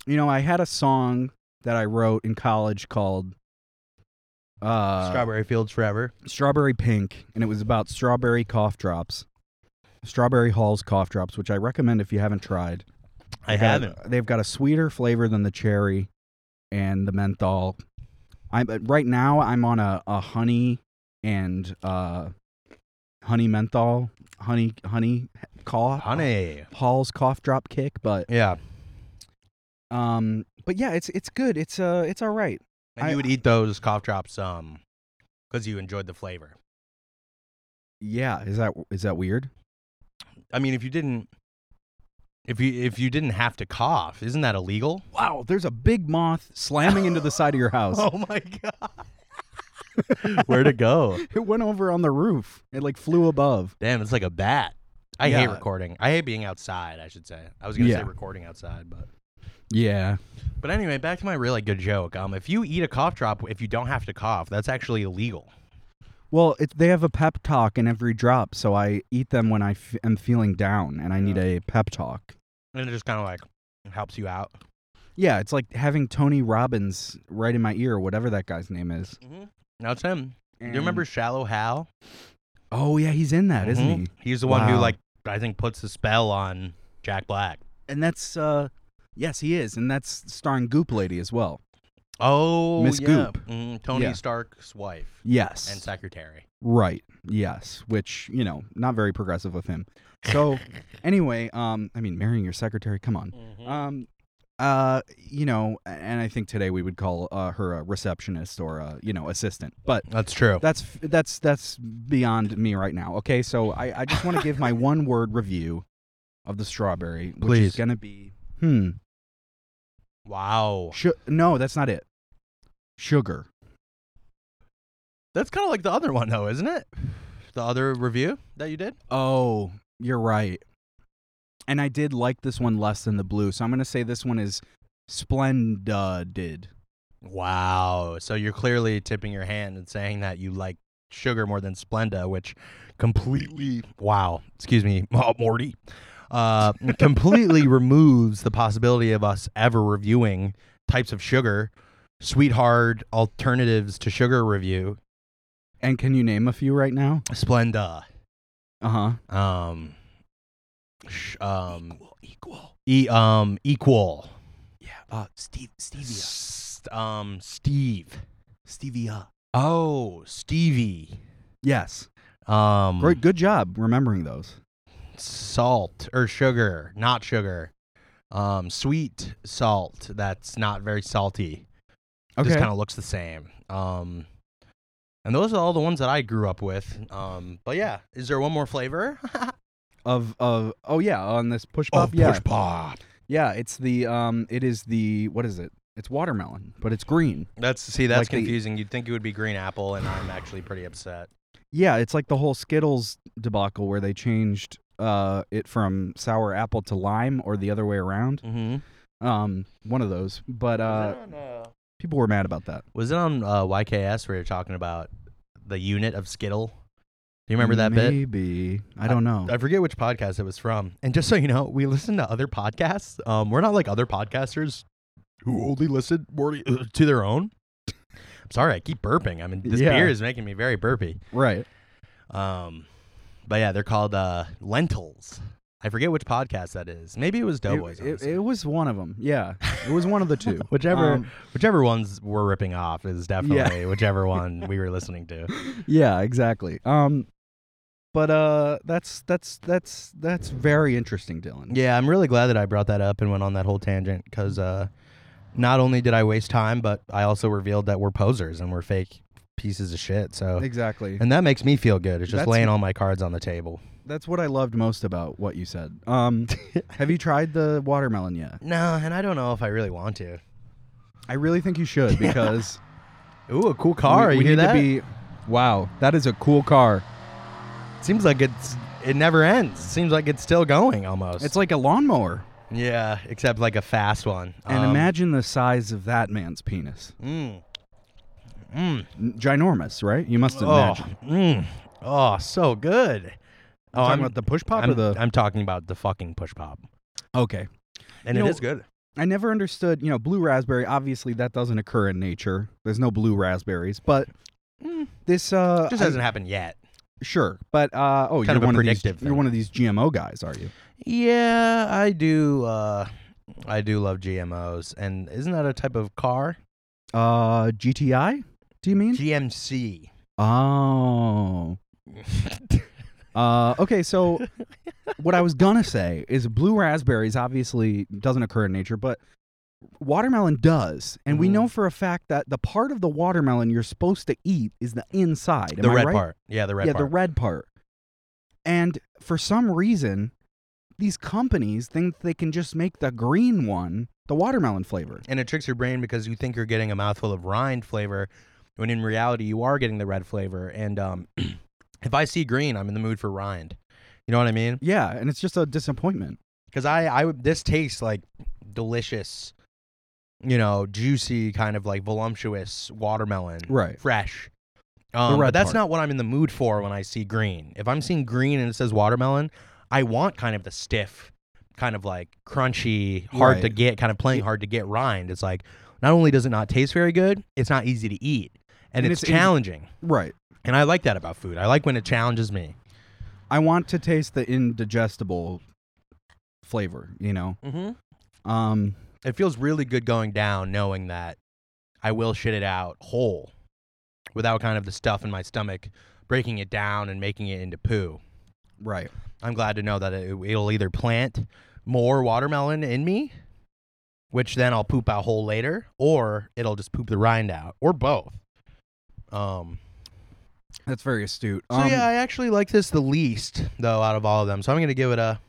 D: you know, I had a song that I wrote in college called uh,
C: Strawberry Fields Forever.
D: Strawberry Pink, and it was about strawberry cough drops, Strawberry Hall's cough drops, which I recommend if you haven't tried.
C: I
D: They've got-
C: haven't.
D: They've got a sweeter flavor than the cherry and the menthol. I'm but right now. I'm on a, a honey and uh, honey menthol, honey honey cough,
C: Honey.
D: Hall's cough drop kick. But
C: Yeah.
D: um, but yeah, it's it's good. It's uh, it's all right.
C: And
D: I-
C: you would eat those cough drops um because you enjoyed the flavor.
D: Yeah, is that is that weird?
C: I mean, if you didn't if you if you didn't have to cough, isn't that illegal?
D: Wow, there's a big moth slamming into the side of your house.
C: Oh my god. Where'd it go?
D: It went over on the roof. It like flew above.
C: Damn, it's like a bat. I hate
D: Yeah.
C: recording. I hate being outside, I should say. I was going to
D: Yeah.
C: say recording outside, but
D: Yeah.
C: But anyway, back to my really good joke. Um if you eat a cough drop if you don't have to cough, that's actually illegal.
D: Well, it, they have a pep talk in every drop, so I eat them when I f- am feeling down and I need a pep talk.
C: And it just kind of like helps you out.
D: Yeah, it's like having Tony Robbins right in my ear, whatever that guy's name is.
C: Mhm. Now it's him. Do you remember
D: And-
C: Shallow Hal?
D: Oh yeah, he's in that, not
C: Mhm.
D: he?
C: He's the one who
D: Wow.
C: like I think puts the spell on Jack Black.
D: And that's uh, yes, he is, and that's starring Goop Lady as well.
C: Oh,
D: Miss
C: yeah.
D: Goop.
C: Mhm, Tony
D: Yeah.
C: Stark's wife
D: Yes.
C: and secretary.
D: Right. Yes. Which, you know, not very progressive of him. So anyway, um, I mean marrying your secretary, come on. Um uh you know, a- and I think today we would call uh, her a receptionist or a, you know, assistant. But
C: That's true.
D: that's f- that's that's beyond me right now. Okay, so I, I just want to give my one word review of the strawberry, which
C: Please.
D: is gonna be hmm.
C: wow.
D: Su- no, that's not it. Sugar.
C: That's kind of like the other one though, isn't it? The other review that you did?
D: Oh, you're right. And I did like this one less than the blue, so I'm gonna say this one is splendid.
C: Wow. So you're clearly tipping your hand and saying that you like sugar more than Splenda, which completely wow, excuse me, oh, Morty. Uh, completely removes the possibility of us ever reviewing types of sugar Sweetheart Alternatives to Sugar review,
D: And can you name a few right now?
C: Splenda.
D: Uh huh.
C: Um, sh- um, equal, equal. E, um, equal. Yeah. Uh, Steve, Stevia. um, Steve. Stevia. Oh, Stevie.
D: Yes.
C: Um,
D: Great. Good job remembering those.
C: salt or sugar, not sugar. Um, sweet salt that's not very salty.
D: Okay.
C: Just kind of looks the same. Um, and those are all the ones that I grew up with. Um, but yeah, is there one more flavor?
D: of of oh yeah on this push pop yeah
C: pop.
D: yeah it's the um it is the what is it it's watermelon but it's green
C: That's see, that's
D: Like the-
C: confusing. You'd think it would be green apple, and I'm actually pretty upset.
D: yeah it's like the whole Skittles debacle where they changed uh it from sour apple to lime or the other way around
C: Mm-hmm.
D: um one of those but uh
C: on, uh,
D: people were mad about that
C: was it on uh, YKS where you're talking about the unit of Skittle? Do you remember that bit?
D: maybe I don't know
C: I forget which podcast it was from. And just so you know, we listen to other podcasts. Um, we're not like other podcasters who only listen more to uh, to their own. I'm sorry, I keep burping. I mean, this
D: Yeah.
C: beer is making me very burpy.
D: right
C: Um, but yeah, they're called uh, lentils. I forget which podcast that is. Maybe it was Doughboys.
D: it, it,
C: honestly.
D: it was one of them yeah it was one of the two
C: Whichever
D: Um,
C: whichever ones we're ripping off is definitely whichever one we were listening to.
D: yeah, exactly. Um, but uh, that's that's that's that's very interesting, Dylan.
C: Yeah, I'm really glad that I brought that up and went on that whole tangent because uh, not only did I waste time, but I also revealed that we're posers and we're fake pieces of shit. So,
D: exactly.
C: and that makes me feel good. It's just
D: That's-
C: laying all my cards on the table.
D: That's what I loved most about what you said. Um, have you tried the watermelon yet?
C: No, and I don't know if I really want to.
D: I really think you should because
C: Ooh, a cool car.
D: we,
C: you
D: we
C: hear
D: need
C: that?
D: to be. Wow, that is a cool car.
C: Seems like it's it never ends. Seems like it's still going almost.
D: It's like a lawnmower,
C: yeah, except like a fast one.
D: and
C: Um,
D: imagine the size of that man's penis.
C: Mm, mm,
D: N- Ginormous, right? You must
C: Oh,
D: imagine.
C: mm, oh, so good. Oh,
D: talking
C: I'm,
D: about the push pop
C: I'm,
D: or the
C: I'm talking about the fucking push pop,
D: okay.
C: and
D: You
C: it
D: know-
C: is good.
D: I never understood, you know, blue raspberry. Obviously, that doesn't occur in nature. There's no blue raspberries, but
C: Mm.
D: this uh,
C: Just
D: I-
C: hasn't happened yet.
D: sure. But uh, oh,
C: Kind
D: you're
C: of a
D: one
C: predictive
D: Of these,
C: thing.
D: you're one of these GMO guys, are you?
C: Yeah, I do. Uh, I do love GMOs, and isn't that a type of car?
D: Uh, GTI? Do you mean?
C: GMC.
D: oh. Uh, okay, so what I was gonna say is blue raspberries obviously doesn't occur in nature, but watermelon does, and we
C: Mhm.
D: know for a fact that the part of the watermelon you're supposed to eat is the inside. Am
C: the
D: I
C: red
D: right?
C: part. Yeah, the red
D: yeah,
C: part.
D: the red part. And for some reason, these companies think they can just make the green one the watermelon flavor.
C: and it tricks your brain because you think you're getting a mouthful of rind flavor when in reality you are getting the red flavor and um if i see green i'm in the mood for rind you know what i mean
D: Yeah, and it's just a disappointment.
C: because i i would- this tastes like delicious you know juicy kind of like voluptuous watermelon
D: Right.
C: fresh um, but
D: red
C: that's
D: part.
C: not what i'm in the mood for when i see green if i'm seeing green and it says watermelon i want kind of the stiff kind of like crunchy hard to
D: Right.
C: get kind of plain hard to get rind it's like not only does it not taste very good it's not easy to eat and,
D: And
C: it's,
D: it's easy-
C: challenging
D: Right.
C: and i like that about food i like when it challenges me
D: I want to taste the indigestible flavor, you know.
C: mm-hmm.
D: Um
C: it feels really good going down knowing that I will shit it out whole without kind of the stuff in my stomach breaking it down and making it into poo.
D: right.
C: I'm glad to know that it, it'll either plant more watermelon in me, which then I'll poop out whole later, or it'll just poop the rind out, or both. Um,
D: That's very astute.
C: so
D: um,
C: yeah, I actually like this the least though out of all of them. So I'm gonna give it a.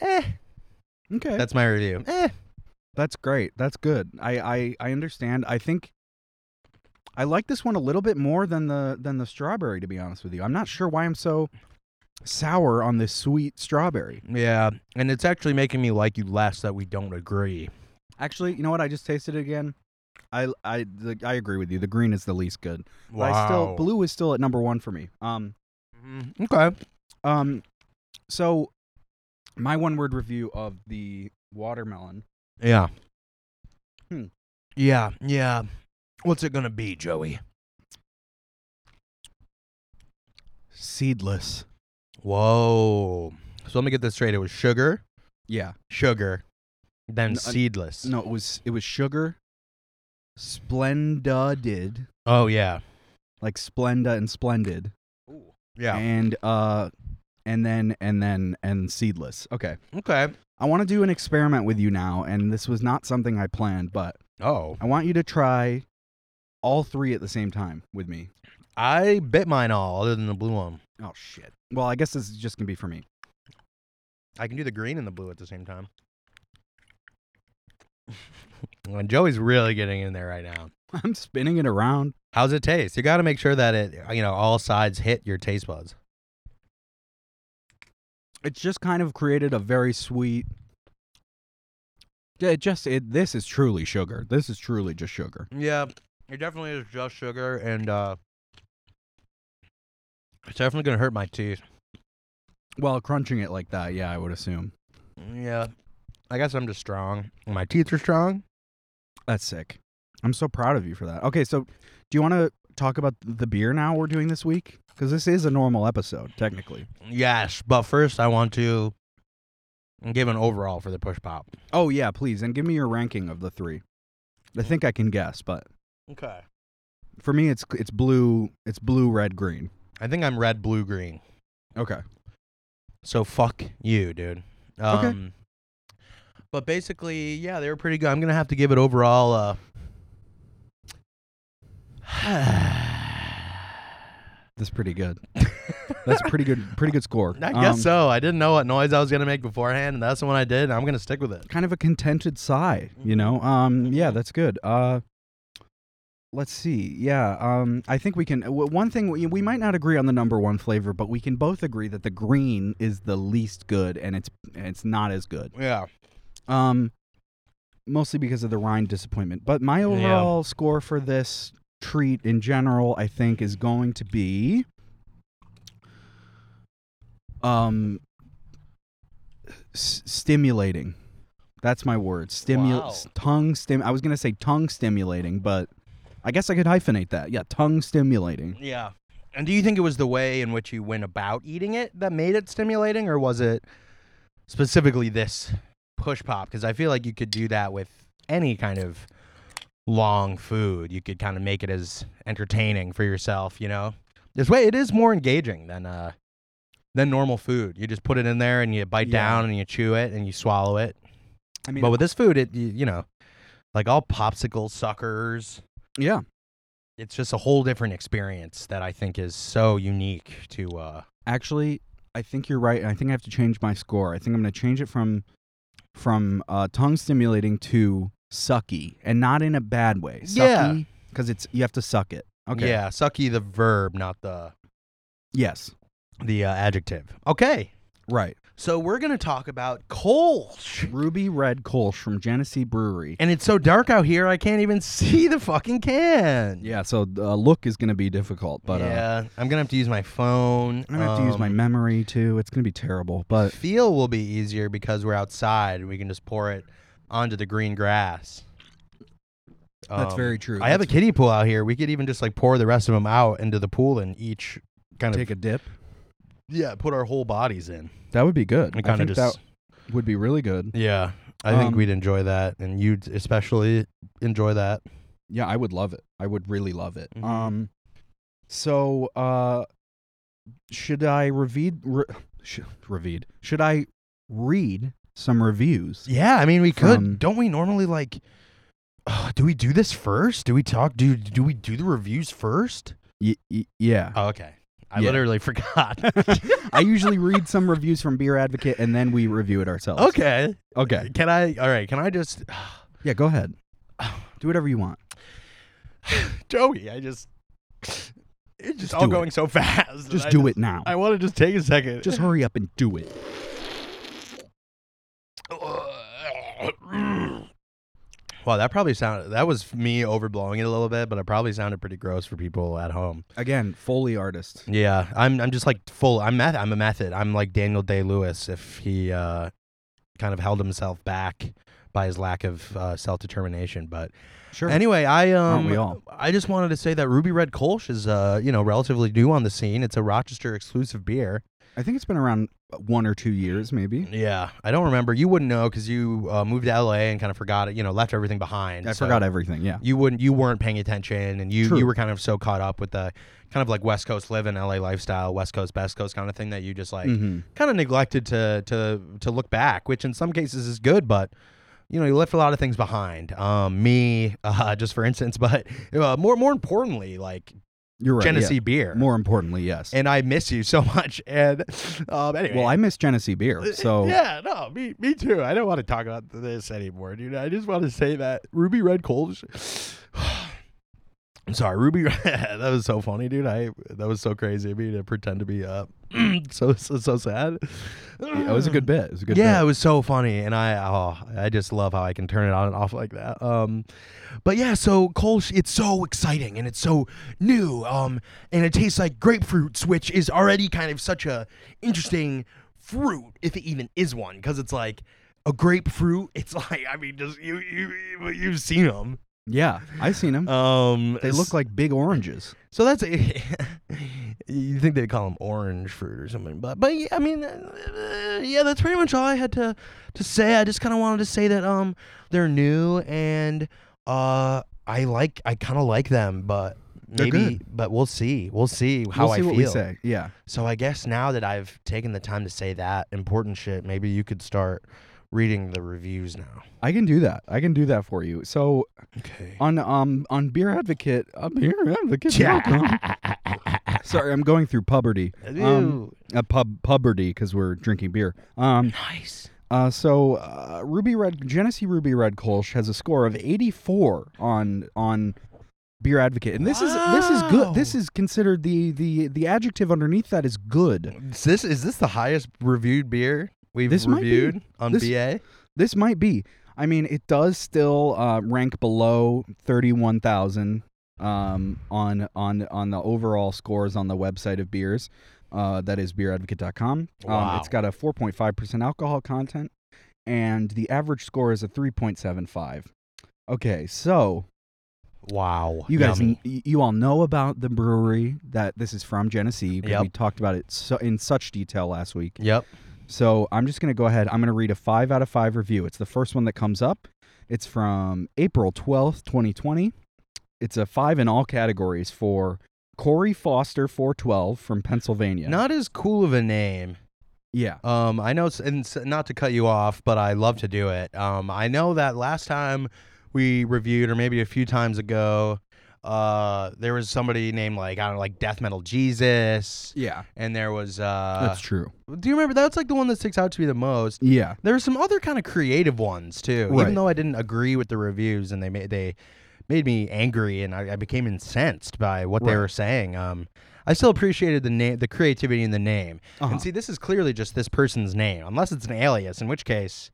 C: Eh,
D: okay.
C: that's my review. Eh,
D: That's great. That's good. I, I I understand. I think I like this one a little bit more than the than the strawberry. To be honest with you, I'm not sure why I'm so sour on this sweet strawberry.
C: yeah, and it's actually making me like you less that we don't agree.
D: Actually, you know what? I just tasted it again. I I the, I agree with you. The green is the least good. But I still blue is still at number one for me. Um
C: Okay.
D: um, so my one word review of the watermelon
C: Yeah. Yeah, yeah. What's it gonna be, Joey?
D: Seedless.
C: Whoa. So let me get this straight. It was sugar,
D: Yeah.
C: sugar, then
D: N- uh,
C: seedless.
D: No, it was it was sugar. Splenda did
C: Oh yeah.
D: like Splenda and Splendid.
C: Yeah.
D: And uh and then and then and seedless. Okay.
C: Okay.
D: I want to do an experiment with you now and this was not something I planned, but
C: Oh.
D: I want you to try all three at the same time with me.
C: I bit mine all other than the blue one.
D: Oh shit. Well, I guess this is just going to be for me.
C: I can do the green and the blue at the same time. and Joey's really getting in there right now.
D: I'm spinning it around.
C: How's it taste? You got to make sure that it, you know, all sides hit your taste buds.
D: It's just kind of created a very sweet Yeah, it just it this is truly sugar. This is truly just sugar.
C: Yeah, it definitely is just sugar, and uh, it's definitely gonna hurt my teeth.
D: Well, crunching it like that, yeah, I would assume.
C: Yeah, I guess I'm just strong. My teeth are strong.
D: That's sick. I'm so proud of you for that. Okay, so do you want to talk about the beer now we're doing this week? Because this is a normal episode, technically.
C: Yes, but first I want to give an overall for the push pop.
D: Oh, yeah, please. And give me your ranking of the three. I think I can guess, but
C: Okay.
D: for me, it's it's blue, it's blue, red, green.
C: I think I'm red, blue, green.
D: Okay.
C: So fuck you, dude.
D: Okay.
C: Um, But basically, yeah, they were pretty good. I'm gonna have to give it overall. Uh,
D: That's pretty good. That's a pretty good, pretty good score.
C: I guess
D: Um,
C: so. I didn't know what noise I was gonna make beforehand, and that's the one I did. And I'm gonna stick with it.
D: Kind of a contented sigh, you know. Um, yeah, that's good. Uh, let's see. Yeah, um, I think we can. w- One thing we, we might not agree on the number one flavor, but we can both agree that the green is the least good, and it's and it's not as good.
C: Yeah.
D: Um, mostly because of the rind disappointment. But my overall score for this treat in general, I think, is going to be um s- stimulating. That's my word. Stimu-
C: Wow.
D: tongue stim. I was gonna say tongue stimulating, but I guess I could hyphenate that. Yeah, tongue stimulating.
C: Yeah. And do you think it was the way in which you went about eating it that made it stimulating, or was it specifically this push pop? Because I feel like you could do that with any kind of long food. You could kind of make it as entertaining for yourself, you know? This way, it is more engaging than uh, than normal food. You just put it in there and you bite
D: Yeah.
C: down and you chew it and you swallow it.
D: I mean,
C: But with this food, it you, you know, like all popsicle suckers,
D: yeah,
C: it's just a whole different experience that I think is so unique to uh
D: actually i think you're right and i think i have to change my score i think i'm going to change it from from uh, tongue stimulating to sucky and not in a bad way
C: Yeah.
D: sucky because it's you have to suck it okay
C: yeah, sucky the verb, not the
D: yes
C: the uh, adjective. Okay.
D: right
C: So we're going to talk about Kolsch.
D: ruby red kolsch from genesee brewery
C: And it's so dark out here I can't even see the fucking can.
D: yeah so uh, look is going to be difficult but uh,
C: yeah, I'm going to have to use my phone.
D: i'm going to have to use my
C: Um,
D: memory too it's going to be terrible but
C: feel will be easier because we're outside and we can just pour it onto the green grass. Um,
D: That's very true.
C: I have a
D: That's-
C: kiddie pool out here. We could even just like pour the rest of them out into the pool and each kind
D: take
C: of
D: a dip
C: yeah, put our whole bodies in.
D: that would be good
C: And
D: i
C: kind
D: think
C: of just
D: that would be really good
C: yeah. I think
D: Um,
C: we'd enjoy that, and you'd especially enjoy that.
D: Yeah, I would love it. I would really love it.
C: Mhm.
D: Um, so uh, should I reviewed re- sh- reviewed? Should I read some reviews?
C: Yeah, I mean we could.
D: From-
C: Don't we normally like? Uh, do we do this first? Do we talk? Do do we do the reviews first?
D: Y- y- yeah,
C: Oh, okay. I
D: Yeah.
C: literally forgot.
D: I usually read some reviews from Beer Advocate and then we review it ourselves.
C: okay.
D: okay,
C: Can I? All right. Can I just?
D: yeah, go ahead. Do whatever you want.
C: Joey, I just it's just,
D: Just
C: all
D: do it.
C: going so fast.
D: Just do it now.
C: I want to just take a second.
D: Just hurry up and do it.
C: Wow, that probably sounded that was me overblowing it a little bit, but it probably sounded pretty gross for people at home.
D: Again, Foley artist.
C: Yeah, I'm I'm just like full. I'm meth- I'm a method. I'm like Daniel Day Lewis if he uh, kind of held himself back by his lack of uh, self determination. But
D: Sure.
C: Anyway, I um,
D: Aren't we all?
C: I just wanted to say that Ruby Red Kolsch is uh, you know, relatively new on the scene. It's a Rochester exclusive beer.
D: I think it's been around one or two years, maybe.
C: Yeah, I don't remember. You wouldn't know because you uh, moved to LA and kind of forgot it. You know, left everything behind.
D: I
C: so
D: forgot everything. Yeah.
C: You wouldn't. You weren't paying attention, and you
D: True.
C: you were kind of so caught up with the kind of like West Coast live in LA lifestyle, West Coast best coast kind of thing that you just like
D: hmm
C: kind of neglected to to to look back, which in some cases is good, but you know you left a lot of things behind. Um, me, uh, just for instance, but uh, more more importantly, like
D: You're right. yeah.
C: Genesee beer,
D: More importantly, yes.
C: and I miss you so much. And um, anyway,
D: well, I miss Genesee beer, so
C: Uh, yeah, no, me me too. I don't want to talk about this anymore, dude. I just want to say that Ruby Red Cold. I'm sorry, Ruby. that was so funny, dude. I that was so crazy of me to pretend to be uh, so, so so sad.
D: it was a good bit. It was a good.
C: yeah,
D: bit.
C: it was so funny, and I oh, I just love how I can turn it on and off like that. Um, but yeah, so Kolsch, it's so exciting and it's so new. Um, and it tastes like grapefruits, which is already kind of such a interesting fruit, if it even is one, because it's like a grapefruit. It's like I mean, just you you you- you've seen them.
D: yeah. I seen them.
C: Um,
D: they look like big oranges.
C: so that's a, you think they call them orange fruit or something, but but yeah, I mean, uh, yeah, that's pretty much all I had to to say. I just kind of wanted to say that um they're new and uh I like I kind of like them, but
D: They're
C: maybe but we'll see we'll see how
D: we'll see
C: I
D: what we
C: feel.
D: say. Yeah.
C: So I guess now that I've taken the time to say that important shit, maybe you could start reading the reviews now.
D: I can do that. I can do that for you. So
C: Okay.
D: on um on Beer Advocate, uh, Beer Advocate. Sorry, I'm going through puberty. Um, a pub puberty because we're drinking beer. Um,
C: nice.
D: uh, so uh, Ruby Red Genesee Ruby Red Kolsch has a score of 84 on on Beer Advocate, and this is this is good. This
C: Wow.
D: is considered the the the adjective underneath that is good.
C: Is this is this the highest reviewed beer we've
D: This might be.
C: reviewed on
D: This-
C: BA?
D: This might be. I mean, it does still uh, rank below 31,000 um, on on on the overall scores on the website of beers. Uh, that is beeradvocate.com. Um,
C: Wow.
D: it's got a 4.5% alcohol content, and the average score is a 3.75. Okay, so
C: Wow.
D: you guys,
C: Yummy.
D: y- you all know about the brewery that this is from, Genesee. 'cause
C: Yep.
D: We talked about it so, in such detail last week.
C: Yep.
D: So I'm just going to go ahead. I'm going to read a five out of five review. It's the first one that comes up. It's from April 12th, 2020. It's a five in all categories for Corey Foster 412 from Pennsylvania.
C: Not as cool of a name.
D: yeah.
C: Um, I know, it's, and s- not to cut you off, but I love to do it. Um, I know that last time we reviewed, or maybe a few times ago, uh, there was somebody named like I don't know, like Death Metal Jesus,
D: Yeah.
C: and there was uh,
D: That's true.
C: do you remember? That's like the one that sticks out to me the most.
D: Yeah.
C: There were some other kind of creative ones too.
D: Right.
C: Even though I didn't agree with the reviews, and they made they made me angry, and I, I became incensed by what they
D: Right.
C: were saying. Um, I still appreciated the name, the creativity in the name.
D: Uh-huh.
C: And see, this is clearly just this person's name, unless it's an alias, in which case,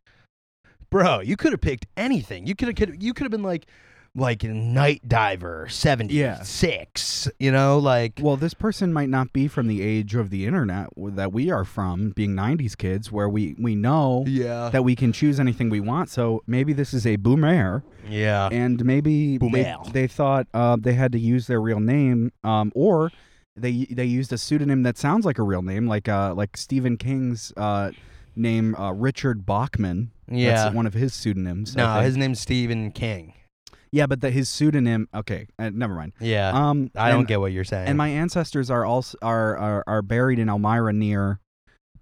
C: bro, you could have picked anything. You could have you could have been like like Night Diver seventy six. You know, like
D: Well, this person might not be from the age of the internet w- that we are from, being 90s kids, where we, we know
C: yeah,
D: that we can choose anything we want. So maybe this is a boomer.
C: yeah.
D: and maybe they,
C: Boomer.
D: they thought uh, they had to use their real name, um, or they they used a pseudonym that sounds like a real name, like uh, like Stephen King's uh, name, uh, Richard Bachman.
C: Yeah.
D: That's one of his pseudonyms. I
C: no,
D: think.
C: his name's Stephen King.
D: yeah, but the, his pseudonym. Okay, uh, never mind.
C: Yeah,
D: Um,
C: I don't
D: and,
C: get what you're saying.
D: And my ancestors are also are are, are buried in Elmira near.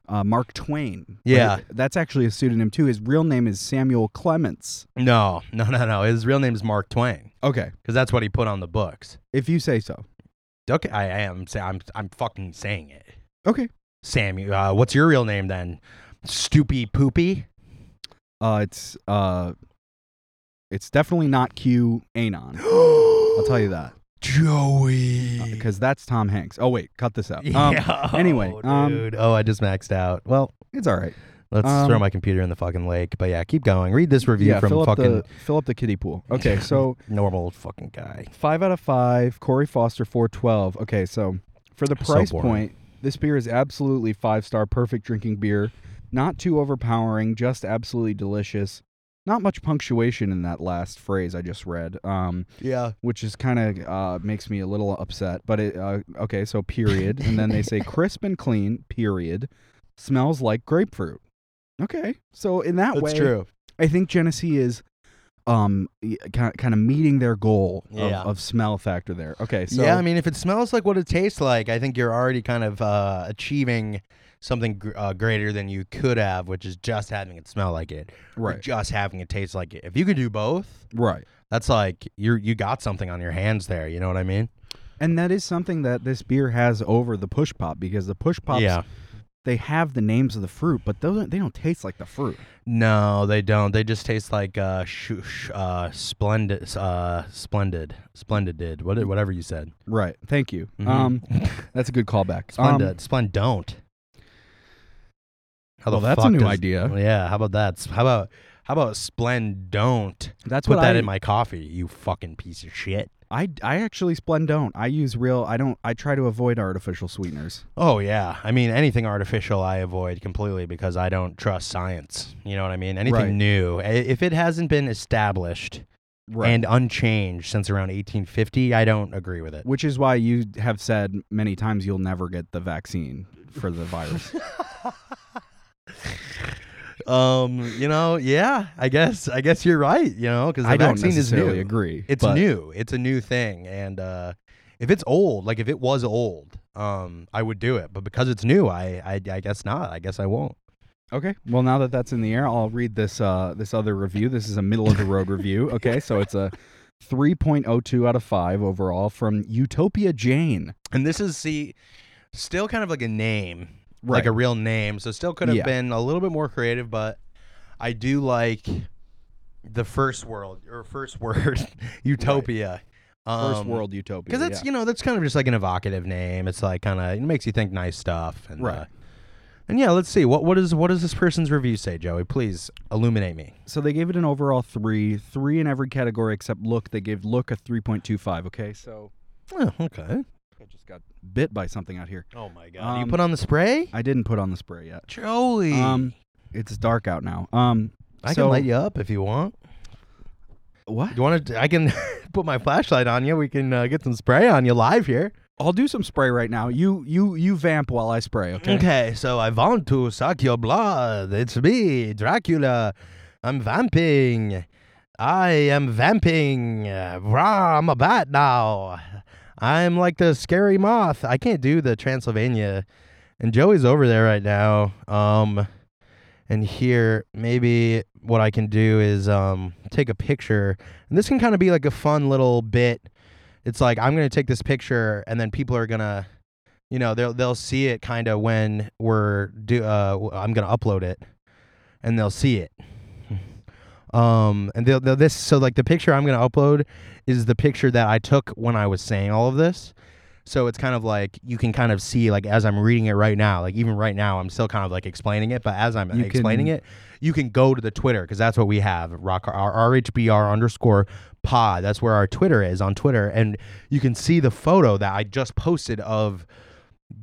D: Uh, Mark Twain. But
C: Yeah.
D: it- that's actually a pseudonym too. His real name is Samuel Clements.
C: No, no, no, no. His real name is Mark Twain
D: Okay,
C: because that's what he put on the books.
D: if you say so.
C: Okay, I I am. sa- I'm. I'm fucking saying it.
D: Okay,
C: Sammy, uh, what's your real name then? Stoopy Poopy.
D: Uh, it's uh, it's definitely not Q anon. I'll
C: I'll
D: tell you that uh,
C: Joey.
D: because that's Tom Hanks. Oh wait, cut this out. Um,
C: Yeah,
D: anyway, um,
C: dude. oh, I just maxed out. Well,
D: it's all right.
C: let's
D: um,
C: throw my computer in the fucking lake. But yeah, keep going. Read this review
D: yeah,
C: from
D: fill up
C: fucking
D: the fill up the kiddie pool. Okay, so
C: normal fucking guy.
D: five out of five. Corey Foster four twelve. Okay, so for the
C: So
D: price
C: boring.
D: point, this beer is absolutely five star, perfect drinking beer. Not too overpowering, just absolutely delicious. not much punctuation in that last phrase I just read, um,
C: Yeah.
D: which is kind of uh, makes me a little upset. But it, uh, okay, so period, and then they say crisp and clean. Period, smells like grapefruit. Okay, so in that
C: That's
D: way,
C: true.
D: I think Genesee is um kind of meeting their goal of,
C: Yeah.
D: of smell factor there. Okay, so
C: yeah, I mean, if it smells like what it tastes like, I think you're already kind of uh, achieving something gr- uh, greater than you could have, which is just having it smell like it, or
D: right,
C: just having it taste like it. If you could do both,
D: right.
C: that's like you are you got something on your hands there. You know what I mean?
D: And that is something that this beer has over the push pop because the push pops they have the names of the fruit, but those they don't taste like the fruit.
C: No, they don't. They just taste like uh, sh- sh- uh splendid, uh, splendid, splendid. Did what? Whatever you said.
D: Right. Thank you.
C: Mhm.
D: Mm. Um, that's a good callback.
C: Splendid.
D: Um,
C: Splend don't. How
D: well, that's a
C: fuck
D: new
C: does-
D: idea.
C: Yeah, how about that? How about how about Splend don't
D: Um, That's
C: put
D: what
C: that
D: I,
C: in my coffee? You fucking piece of shit.
D: I I actually splend don't. I use real. I don't. I try to avoid artificial sweeteners.
C: Oh yeah, I mean anything artificial I avoid completely because I don't trust science. You know what I mean? Anything
D: Right.
C: new, I- if it hasn't been established
D: Right.
C: and uh, unchanged since around 1850, I don't agree with it.
D: which is why you have said many times you'll never get the vaccine for the virus.
C: um, you know, yeah, I guess I guess you're right. You know, because
D: I don't
C: vaccine is new.
D: necessarily agree.
C: It's
D: but-
C: new. It's a new thing, and uh, if it's old, like if it was old, um, I would do it. But because it's new, I, I, I guess not. I guess I won't.
D: Okay. Well, now that that's in the air, I'll read this uh, this other review. This is a middle of the road review. Okay, so it's a 3.02 out of 5 overall from Utopia Jane.
C: And this is see, still kind of like a name,
D: Right.
C: like a real name. So still could have
D: Yeah.
C: been a little bit more creative, but I do like the first world or first word utopia.
D: First
C: Um,
D: world utopia.
C: because that's
D: yeah.
C: you know that's kind of just like an evocative name. It's like kind of it makes you think nice stuff, and
D: Right.
C: uh, and yeah, let's see what what is what does this person's review say, Joey? Please illuminate me.
D: so they gave it an overall 3, 3 in every category except look. They gave look a 3.25, okay? So
C: Oh, okay.
D: I just got bit by something out here.
C: Oh my
D: God.
C: you
D: Um,
C: put on the spray,
D: I didn't put on the spray yet.
C: Joey.
D: Um it's dark out now. Um
C: I
D: so,
C: can light you up if you want.
D: What?
C: You want to? I can put my flashlight on you. We can uh, get some spray on you live here.
D: I'll do some spray right now. You you you vamp while I spray, okay?
C: Okay, so I want to suck your blood. It's me, Dracula. I'm vamping. I am vamping. Uh, Rah, I'm a bat now. I'm like the scary moth. I can't do the Transylvania. And Joey's over there right now. Um and here maybe what I can do is um take a picture. And this can kind of be like a fun little bit. It's like I'm going to take this picture and then people are going to you know they'll they'll see it kind of when we're do uh w- I'm gonna upload it, and they'll see it. Um, and they'll, they'll this so like the picture I'm gonna upload is the picture that I took when I was saying all of this. So it's kind of like you can kind of see like as I'm reading it right now, like even right now I'm still kind of like explaining it, but as I'm
D: You
C: explaining
D: can-
C: it, you can go to the Twitter because that's what we have rock our RHBR underscore pod. That's where our Twitter is on Twitter, and you can see the photo that I just posted of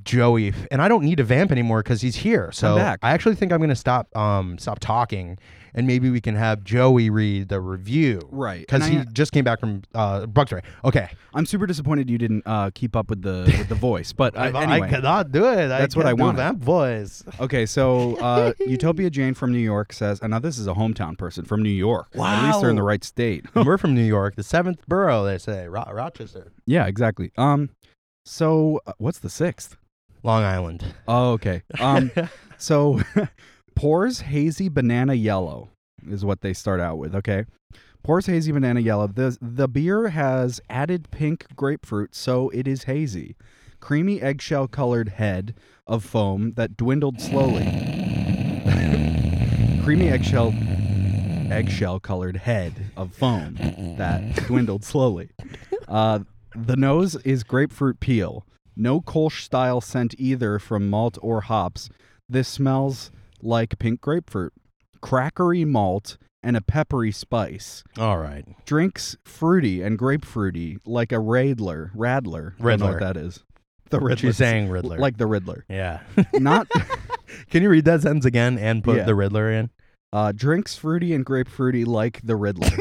C: Joey, f- and I don't need to vamp anymore because he's here. So
D: back.
C: I actually think I'm gonna stop um stop talking, and maybe we can have Joey read the review,
D: Right.
C: Because
D: And
C: he
D: I-
C: just came back from uh Buckstory. Okay,
D: I'm super disappointed you didn't uh, keep up with the with the voice, but I,
C: I, I
D: anyway.
C: cannot do it.
D: That's what I
C: can't do
D: wanted.
C: Vamp voice.
D: Okay, so uh, Utopia Jane from New York says, and now this is a hometown person from New York. At least they're in the
C: Wow.
D: right state.
C: And We're from New York, the seventh borough. They say Ro- Rochester,
D: yeah, exactly. Um, so uh, what's the sixth?
C: Long Island.
D: Oh, okay. Um, so pours hazy banana yellow is what they start out with. Okay. Pours hazy banana yellow. The, the beer has added pink grapefruit, so it is hazy. Creamy eggshell colored head of foam that dwindled slowly. Creamy eggshell eggshell colored head of foam that dwindled slowly. Uh, the nose is grapefruit peel. No Kolsch style scent either from malt or hops. This smells like pink grapefruit, crackery malt, and a peppery spice.
C: All right,
D: Drinks fruity and grapefruity like a Radler. Radler. I don't know
C: Riddler.
D: what that is. The
C: Richie
D: Riddler.
C: saying Riddler.
D: Like the Riddler.
C: yeah.
D: Not
C: Can you read that sentence again and put
D: Yeah.
C: the Riddler in?
D: Uh, drinks fruity and grapefruity like the Riddler.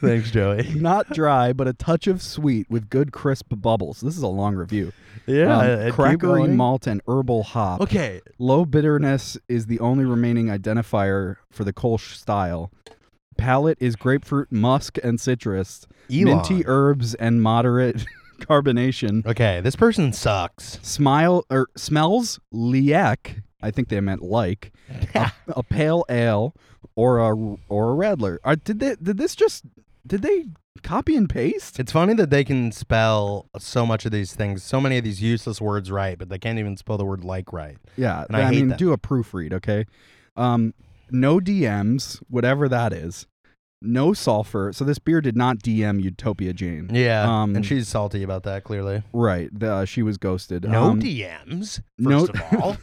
C: Thanks, Joey.
D: Not dry, but a touch of sweet with good crisp bubbles. This is a long review. Um,
C: Yeah,
D: crackery malt and herbal hop.
C: Okay,
D: Low bitterness is the only remaining identifier for the Kolsch style. Palate is grapefruit, musk, and citrus.
C: Elon.
D: Minty herbs and moderate carbonation.
C: okay, this person sucks.
D: Smile or smells liac. I think they meant like a, a pale ale or a or a radler. Are, did they? Did this just? Did they copy and paste?
C: It's funny that they can spell so much of these things, so many of these useless words right, but they can't even spell the word like right.
D: Yeah,
C: And I hate
D: mean,
C: that.
D: do a proofread, okay? Um, no DMs, whatever that is. No sulfur. So this beer did not DM Utopia Jane.
C: Yeah,
D: Um,
C: and she's salty about that clearly.
D: Right. The, uh, she was ghosted.
C: No
D: Um,
C: DMs,
D: no-
C: first of all.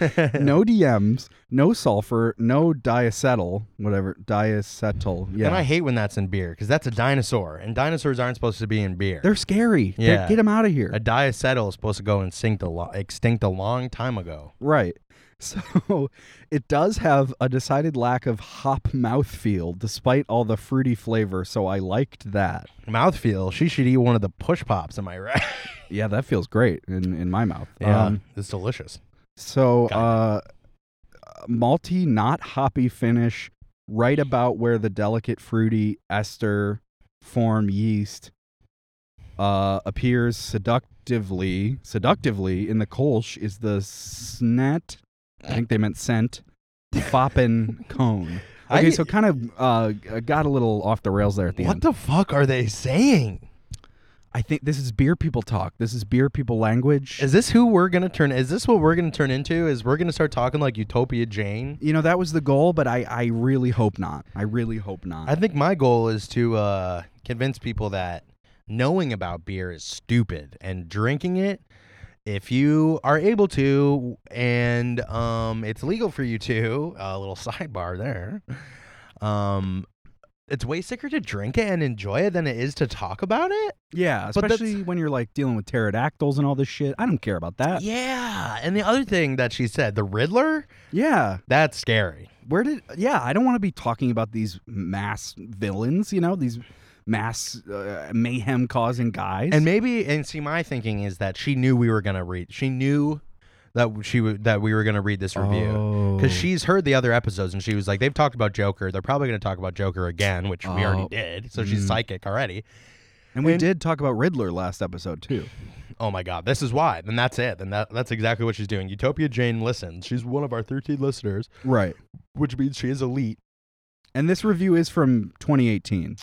D: no DMs, no sulfur, no diacetyl, whatever diacetyl. Yeah,
C: And I hate when that's in beer because that's a dinosaur, and dinosaurs aren't supposed to be in beer.
D: they're scary. They're-
C: Yeah.
D: get them out of here.
C: a diacetyl is supposed to go extinct a, lo- extinct a long time ago.
D: right. So it does have a decided lack of hop mouthfeel, despite all the fruity flavor. So I liked that.
C: Mouthfeel, she should eat one of the push pops, am I right?
D: Yeah, that feels great in in my mouth. Um,
C: it's delicious.
D: So,
C: Kinda.
D: uh, malty, not hoppy finish, right about where the delicate fruity ester form yeast uh, appears seductively. Seductively in the Kolsch is the snet. I think they meant scent. Foppin cone.
C: I
D: Okay,
C: get-
D: so kind of uh, got a little off the rails there at the
C: What
D: end.
C: the fuck are they saying?
D: I think this is beer people talk. This is beer people language.
C: Is this who we're gonna turn? Is this what we're gonna turn into? Is we're gonna start talking like Utopia Jane?
D: you know that was the goal, but I, I really hope not. I really hope not.
C: I think my goal is to uh, convince people that knowing about beer is stupid and drinking it, if you are able to, and um, it's legal for you to, a little sidebar there, um, it's way sicker to drink it and enjoy it than it is to talk about it.
D: Yeah,
C: But that's-
D: especially when you're like dealing with pterodactyls and all this shit. I don't care about that. Yeah.
C: Yeah. And the other thing that she said, the Riddler, that's scary.
D: Where did Yeah, I don't want to be talking about these mass villains, you know, these mass uh, mayhem causing guys.
C: And maybe, and see, my thinking is that she knew we were gonna read. She knew that she w- that we were gonna read this review.
D: Oh.
C: because she's heard the other episodes and she was like, they've talked about Joker. They're probably going to talk about Joker again, which we already
D: Oh.
C: did. So she's
D: Mm.
C: psychic already.
D: Oh. And we
C: and-
D: did talk about Riddler last episode too.
C: Oh my God, this is why. Then that's it. Then that, that's exactly what she's doing. Utopia Jane listens. She's one of our 13 listeners,
D: Right.
C: which means she is elite.
D: And this review is from 2018.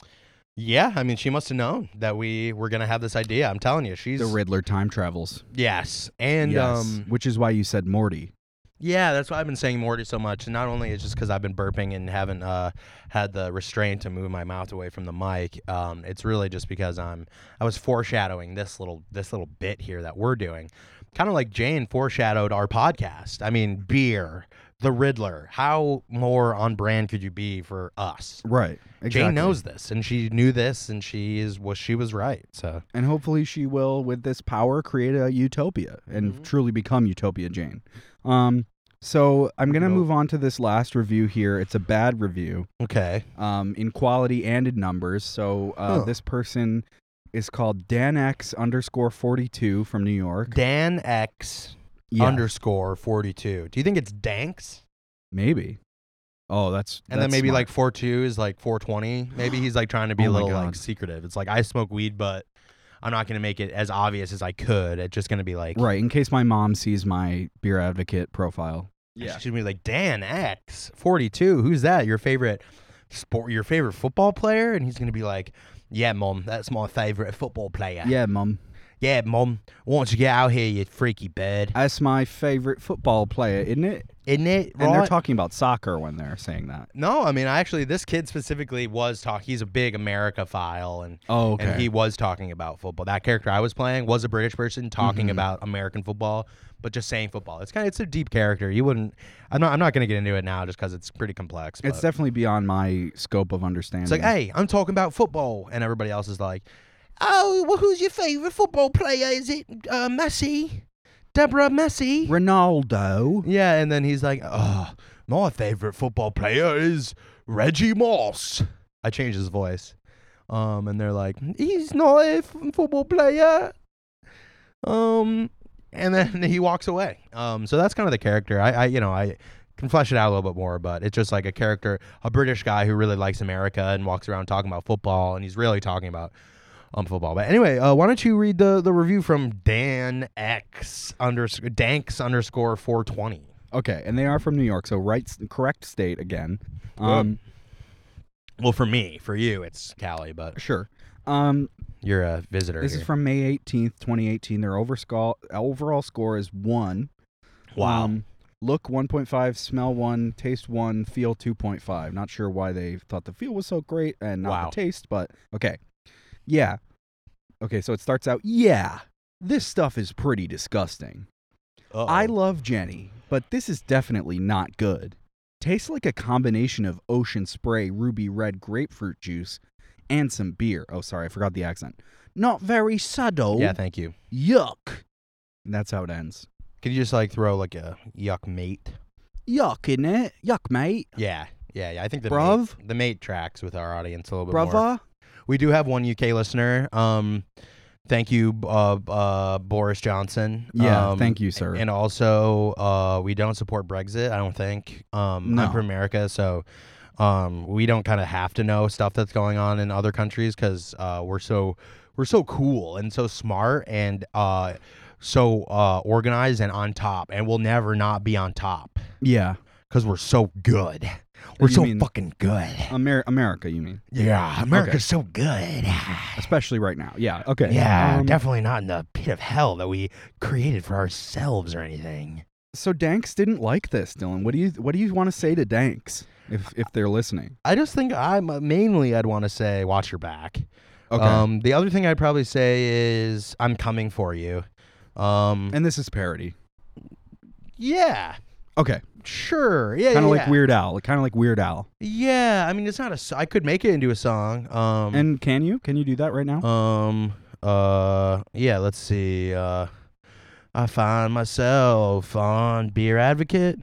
C: Yeah, I mean, she must have known that we were going to have this idea. I'm telling you, she's
D: The Riddler time travels.
C: yes, and
D: Yes,
C: um,
D: which is why you said Morty.
C: yeah, that's why I've been saying Morty so much. And not only is just because I've been burping and haven't uh, had the restraint to move my mouth away from the mic, um, it's really just because I'm I was foreshadowing this little this little bit here that we're doing, kind of like Jane foreshadowed our podcast. I mean, beer, the Riddler. How more on brand could you be for us?
D: Right.
C: Jane knows this, and she knew this, and she is was she was right. So
D: and hopefully she will with this power create a utopia and
C: Mm-hmm.
D: truly become utopia jane um so i'm gonna
C: Nope.
D: move on to this last review here it's a bad review
C: okay,
D: um in quality and in numbers so uh
C: Huh.
D: this person is called dan x underscore 42 from new york
C: Dan X
D: Yeah,
C: underscore forty two. Do you think it's Danks?
D: maybe oh that's
C: And
D: that's
C: then maybe
D: smart.
C: like four two is like four twenty. Maybe he's like trying to be
D: Oh
C: a
D: my
C: little like
D: God.
C: secretive. It's like I smoke weed, but I'm not gonna make it as obvious as I could. It's just gonna be like
D: right in case my mom sees my beer advocate profile
C: Yeah. She's gonna be like Dan X forty two. Who's that? Your favorite sport? Your favorite football player? And he's gonna be like, Yeah, mom, that's my favorite football player.
D: yeah mom
C: yeah, mom. Once you get out here, you freaky bird,
D: that's my favorite football player isn't it
C: isn't it?
D: and they're
C: right?
D: talking about soccer when they're saying that
C: No, I mean, I actually, this kid specifically was talking. He's a big America file, and
D: Oh, okay.
C: and he was talking about football. That character I was playing was a British person talking
D: Mm-hmm.
C: about American football, but just saying football. It's kind of it's a deep character. You wouldn't. I'm not. I'm not going to get into it now, just because it's pretty complex. But
D: It's
C: it's,
D: definitely beyond my scope of understanding.
C: like, hey, I'm talking about football, and everybody else is like, oh, well, who's your favorite football player? Is it uh, Messi, Deborah Messi?
D: Ronaldo.
C: Yeah, and then he's like, oh, my favorite football player is Reggie Moss. I changed his voice. Um, and they're like, he's not a f- football player. Um, and then he walks away. Um, so that's kind of the character. I, I, you know, I can flesh it out a little bit more, but it's just like a character, a British guy who really likes America and walks around talking about football, and he's really talking about um football. But anyway, uh, why don't you read the the review from Dan X underscore Danks underscore four twenty.
D: Okay, and they are from New York, so right, s- correct state again. Um,
C: Well, for me, for you, it's Cali, but
D: Sure. Um,
C: you're a visitor.
D: this is
C: here.
D: from May eighteenth, twenty eighteen. Their oversco- overall score is one.
C: wow.
D: Um, look 1.5, smell one, taste one, feel 2.5. Not sure why they thought the feel was so great and not
C: Wow.
D: the taste, but okay. Yeah. Okay, so it starts out, yeah, this stuff is pretty disgusting.
C: Uh-oh.
D: I love Jenny, but this is definitely not good. Tastes like a combination of ocean spray, ruby red grapefruit juice, and some beer. Oh, sorry, I forgot the accent. Not very subtle.
C: yeah. Thank you.
D: Yuck. And that's how it ends.
C: Could you just like throw like a yuck mate?
D: Yuck, isn't it? Yuck, mate.
C: Yeah. Yeah, yeah, I think the
D: Bruv?
C: mate, the mate tracks with our audience a little bit more.
D: Brother.
C: We do have one UK listener. Um, thank you, uh, uh, Boris Johnson.
D: Yeah,
C: um,
D: thank you, sir.
C: And also, uh, we don't support Brexit. I don't think. Um,
D: No.
C: I'm from America, so um, we don't kind of have to know stuff that's going on in other countries because uh, we're so we're so cool and so smart and uh, so uh, organized and on top, and we'll never not be on top
D: yeah,
C: because we're so good. We're
D: You
C: so
D: mean-
C: fucking good.
D: Amer- America, you mean,
C: Yeah, America's so good.
D: especially right now. Yeah. Okay.
C: Yeah,
D: Um,
C: definitely not in the pit of hell that we created for ourselves or anything.
D: So Danks didn't like this, Dylan. What do you What do you want to say to Danks if if they're listening?
C: I just think I'm mainly I'd want to say watch your back.
D: Okay.
C: Um, the other thing I'd probably say is I'm coming for you. Um,
D: and this is parody.
C: yeah,
D: Okay.
C: sure, yeah,
D: Kind
C: yeah,
D: of like
C: yeah.
D: Weird Al. Kind of like Weird Al.
C: Yeah, I mean it's not a. s- I could make it into a song. Um,
D: And can you can you do that right now?
C: um, uh, yeah. Let's see. Uh, I find myself on Beer Advocate.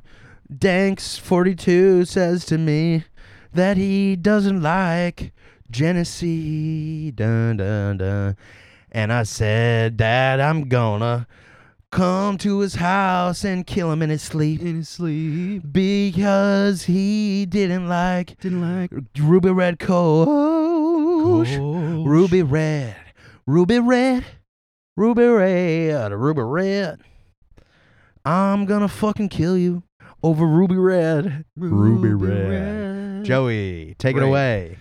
C: Danks42 says to me that he doesn't like Genesee. Dun, dun, dun. And I said that I'm gonna come to his house and kill him in his sleep
D: In his sleep,
C: because he didn't like
D: didn't like
C: Ruby Red Coach. Ruby Red, Ruby Red, Ruby Red, Ruby Red. I'm gonna fucking kill you over Ruby Red. Ruby Red. Joey, take
D: Great.
C: it away.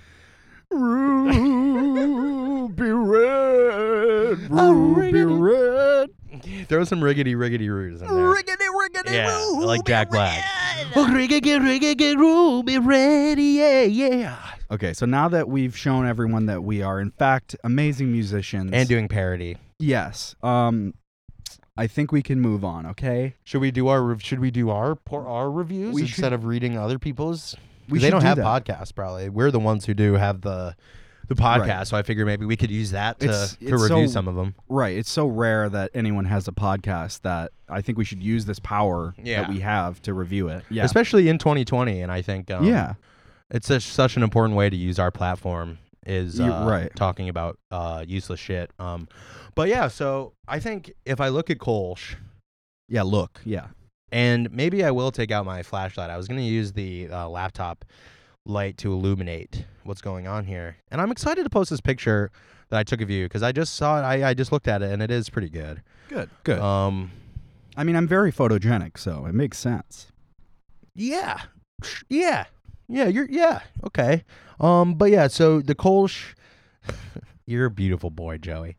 D: Ruby Red.
C: Ruby
D: Red.
C: Throw some riggedy riggedy roos in there.
E: Riggedy, riggedy,
C: Yeah,
E: woo,
C: like
E: be
C: Jack Black.
E: red.
C: Oh, riggedy riggedy Ruby Red, yeah, yeah.
D: Okay, so now that we've shown everyone that we are in fact amazing musicians
C: And doing parody.
D: Yes. Um, I think we can move on. Okay.
C: Should we do our rev- should we do our pour our reviews
D: We
C: instead of reading other people's?
D: We
C: they
D: should
C: don't
D: do
C: have
D: that.
C: podcasts probably. We're the ones who do have the the podcast,
D: Right.
C: so I figure maybe we could use that to
D: It's-
C: to
D: it's so-
C: review some of them.
D: Right. It's so rare that anyone has a podcast that I think we should use this power that
C: Yeah.
D: we have to review it. Yeah.
C: especially in 2020. And I think um,
D: yeah.
C: it's such such an important way to use our platform is
D: You're
C: uh,
D: right.
C: talking about uh, useless shit. Um, but yeah, so I think if I look at Kolsch,
D: Yeah. Look. Yeah.
C: and maybe I will take out my flashlight. I was gonna use the uh, laptop light to illuminate what's going on here, and I'm excited to post this picture that I took of you because I just saw it. I, I just looked at it, and it is pretty good.
D: Good. Good.
C: Um,
D: Uh, I mean, I'm very photogenic, so it makes sense.
C: Yeah. Sh- Yeah. Yeah, you're yeah. Okay. Um but yeah, so the Kolsch You're a beautiful boy, Joey.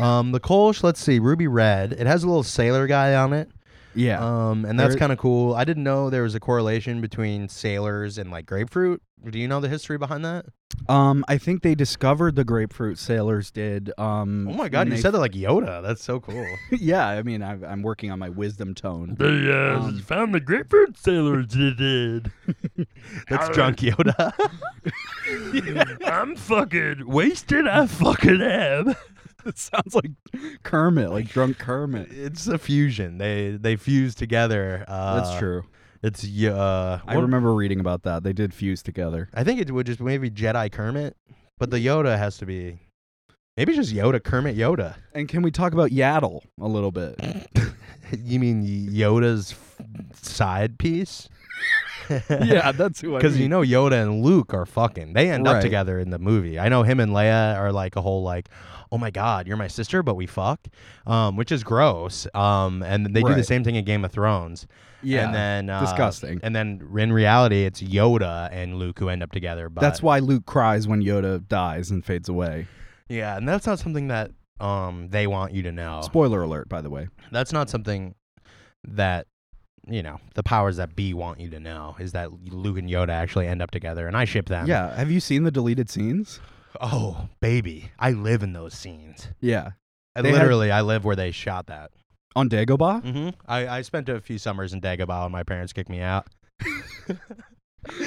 C: Um the Kolsch, let's see, Ruby Red. It has a little sailor guy on it.
D: Yeah.
C: Um and that's
D: There-
C: kind of cool. I didn't know there was a correlation between sailors and like grapefruit. Do you know the history behind that?
D: Um, I think they discovered the grapefruit sailors did. Um,
F: Mm,
C: Oh my god,
D: when
C: you
D: they-
C: said that like Yoda. That's so cool.
D: yeah. I mean, I've, I'm working on my wisdom tone.
F: They uh,
D: Um,
F: found the grapefruit sailors did.
C: That's drunk Yoda.
F: I'm fucking wasted. I fucking am.
D: it sounds like Kermit, like drunk Kermit.
C: it's a fusion. They they fuse together. Uh,
D: That's true.
C: It's y- uh,
D: I
C: what-
D: remember reading about that. They did fuse together.
C: I think it would just maybe Jedi Kermit, but the Yoda has to be maybe just Yoda Kermit Yoda.
D: And can we talk about Yaddle a little bit?
C: you mean Yoda's f- side piece?
D: yeah, that's who I.
C: Because you
D: mean.
C: know Yoda and Luke are fucking. They end up
D: Right.
C: together in the movie. I know him and Leia are like a whole like, oh my god, you're my sister, but we fuck, um, which is gross. Um, and they do the
D: Right.
C: same thing in Game of Thrones.
D: yeah,
C: and then uh,
D: disgusting.
C: And then in reality, it's Yoda and Luke who end up together. But
D: that's why Luke cries when Yoda dies and fades away.
C: yeah, and that's not something that um they want you to know.
D: Spoiler alert, by the way.
C: that's not something that you know the powers that be want you to know is that Luke and Yoda actually end up together, and I ship them.
D: yeah, have you seen the deleted scenes?
C: Oh, baby, I live in those scenes.
D: Yeah,
C: I
D: They had-
C: literally, I live where they shot that.
D: on Dagobah.
C: Mm-hmm. I, I spent a few summers in Dagobah, and my parents kicked me out.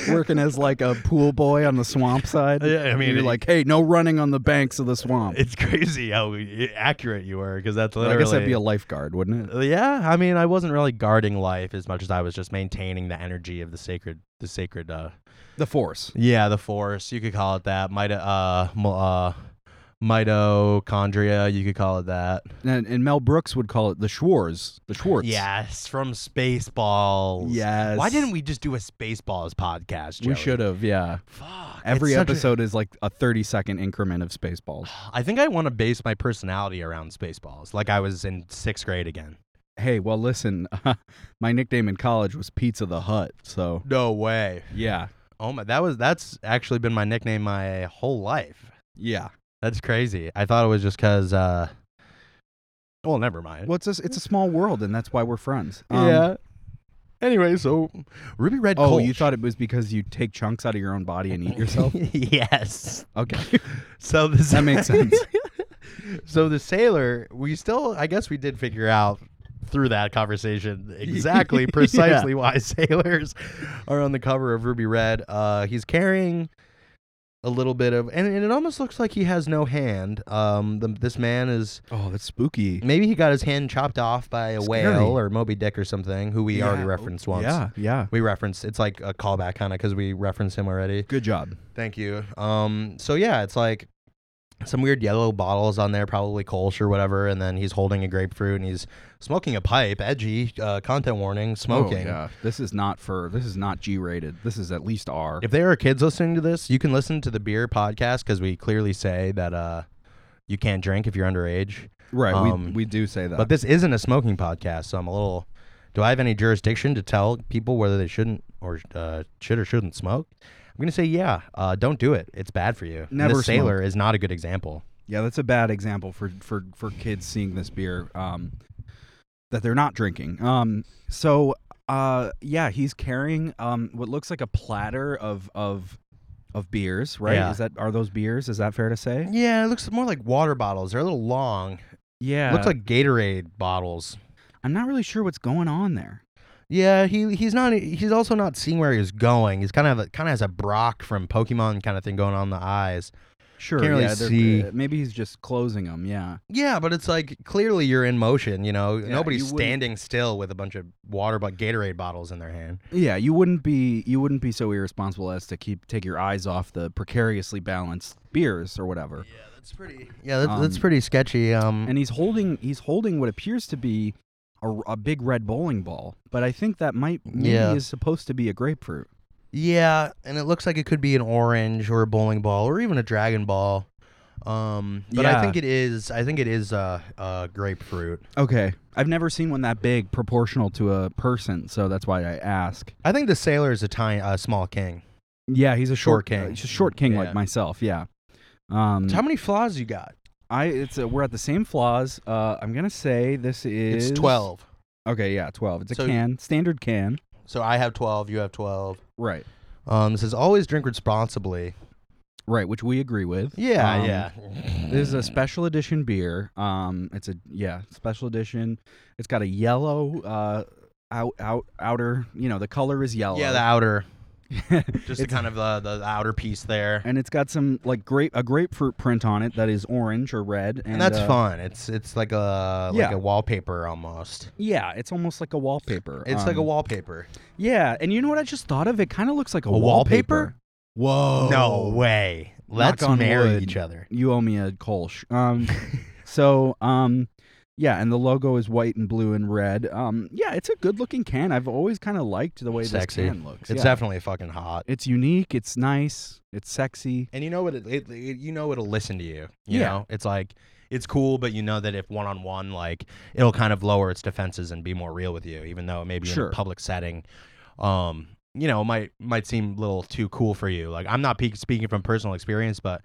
D: working as like a pool boy on the swamp side.
C: Yeah, I mean,
D: you're
C: it-
D: like, hey, no running on the banks of the swamp.
C: It's crazy how i- accurate you were, because that's
D: Oh. I
C: literally. Uh,
D: guess I'd be a lifeguard, wouldn't it?
C: yeah, I mean, I wasn't really guarding life as much as I was just maintaining the energy of the sacred, the sacred uh,
D: The Force.
C: Yeah, the force. You could call it that. Mito, uh, mo- uh, mitochondria. You could call it that.
D: And, and Mel Brooks would call it the Schwarz. The Schwartz.
C: Yes, from Spaceballs.
D: Yes.
C: Why didn't we just do a Spaceballs podcast?
D: We
C: Joey?
D: should have, yeah.
C: Fuck.
D: Every
C: it's such a-
D: episode is like a 30 second increment of Spaceballs.
C: I think I want to base my personality around Spaceballs, like I was in sixth grade again.
D: Hey, well, listen, my nickname in college was Pizza the Hut. So,
C: No way.
D: yeah.
C: Oh my, that was that's actually been my nickname my whole life.
D: Yeah.
C: That's crazy. I thought it was just because. Uh, well, never mind.
D: Well, it's a, it's a small world, and that's why we're friends. Um,
C: yeah. Anyway, so Ruby Red.
D: Oh,
C: Kolsch.
D: you thought it was because you take chunks out of your own body and eat yourself?
C: yes.
D: Okay.
C: So this
D: That makes sense.
C: so the sailor, we still, I guess, we did figure out through that conversation exactly,
D: Yeah.
C: precisely why sailors are on the cover of Ruby Red. Uh, he's carrying a little bit of, and, and it almost looks like he has no hand. Um, the, this man is
D: Oh, that's spooky.
C: maybe he got his hand chopped off by a
D: Scary.
C: whale or Moby Dick or something, who we already
D: Yeah.
C: referenced once.
D: Yeah, yeah.
C: We referenced. It's like a callback, kind of, because we referenced him already.
D: Good job.
C: Thank you. Um, so yeah, it's like some weird yellow bottles on there, probably Kolsch or whatever, and then he's holding a grapefruit and he's smoking a pipe. Edgy, uh, content warning, smoking.
D: This is not for. This is not G-rated. This is at least R.
C: If there are kids listening to this, you can listen to the beer podcast because we clearly say that uh, you can't drink if you're underage.
D: right. we
C: um,
D: we do say that.
C: But this isn't a smoking podcast, so I'm a little. Do I have any jurisdiction to tell people whether they shouldn't or uh, should or shouldn't smoke? I'm gonna say yeah. Uh, don't do it. It's bad for you. And
D: Never
C: this sailor is not a good example.
D: yeah, that's a bad example for for for kids seeing this beer um, that they're not drinking. Um. So uh, yeah, he's carrying um what looks like a platter of of of beers. Right.
C: Yeah.
D: Is that are those beers? Is that fair to say?
C: Yeah, it looks more like water bottles. They're a little long.
D: Yeah.
C: Looks like Gatorade bottles.
D: I'm not really sure what's going on there.
C: Yeah, he he's not he's also not seeing where he's going. He's kind of kind of has a Brock from Pokemon kind of thing going on in the eyes.
D: Sure.
C: Can't really
D: yeah, they're-
C: see.
D: uh, maybe he's just closing them. Yeah.
C: Yeah, but it's like clearly you're in motion. You know,
D: Yeah,
C: nobody's
D: you wouldn't-
C: standing still with a bunch of water but Gatorade bottles in their hand.
D: Yeah, you wouldn't be you wouldn't be so irresponsible as to keep take your eyes off the precariously balanced beers or whatever.
C: That's pretty. Yeah, that, that's
D: Um,
C: pretty sketchy. Um,
D: And he's holding he's holding what appears to be a, a big red bowling ball, but I think that might maybe
C: Yeah.
D: is supposed to be a grapefruit.
C: yeah, and it looks like it could be an orange or a bowling ball or even a Dragon Ball. Um, but I
D: Yeah.
C: think it is. I think it is a uh, uh, grapefruit.
D: Okay, I've never seen one that big proportional to a person, so that's why I ask.
C: I think the sailor is a tiny, uh, small king.
D: Yeah, he's a short,
C: Short king.
D: uh, he's a short king
C: Yeah.
D: like myself. Yeah. Um,
C: How many flaws you got?
D: I it's uh we're at the same flaws. Uh, I'm gonna say this is
C: It's twelve.
D: Okay, yeah, twelve. It's a
C: So-
D: can, standard can.
C: So I have twelve. You have twelve.
D: Right.
C: Um, this is always drink responsibly.
D: Right, which we agree with.
C: Yeah,
D: Um,
C: yeah.
D: This is
C: Mm.
D: a special edition beer. Um, it's a yeah, special edition. It's got a yellow uh out out outer. You know, the color is yellow.
C: Yeah, the outer. Just the
D: It's-
C: kind of uh, the the outer piece there, and,
D: and it's got some like grape a grapefruit print on it that is orange or red, and,
C: that's
D: uh,
C: fun. It's it's like a
D: Yeah.
C: like a wallpaper almost.
D: Yeah, it's almost like a wallpaper.
C: It's like a
D: Um,
C: wallpaper.
D: Yeah, and you know what I just thought of? It kind of looks like a,
C: A
D: wallpaper.
C: wallpaper?
D: Whoa!
C: No way. Let's
D: on
C: marry
D: wood.
C: each other.
D: You owe me a Kolsch. Um, so um, yeah, and the logo is white and blue and red. Um, yeah, it's a good looking can. I've always kind of liked the way
C: Sexy.
D: this can looks.
C: It's
D: yeah.
C: definitely fucking hot.
D: it's unique. It's nice. It's sexy.
C: And you know what? It, it, it- you know it'll listen to you. You
D: Yeah.
C: know, it's like it's cool, but you know that if one on one, like it'll kind of lower its defenses and be more real with you, even though maybe in
D: Sure.
C: a public setting, um, you know, might might seem a little too cool for you. Like I'm not pe- speaking from personal experience, but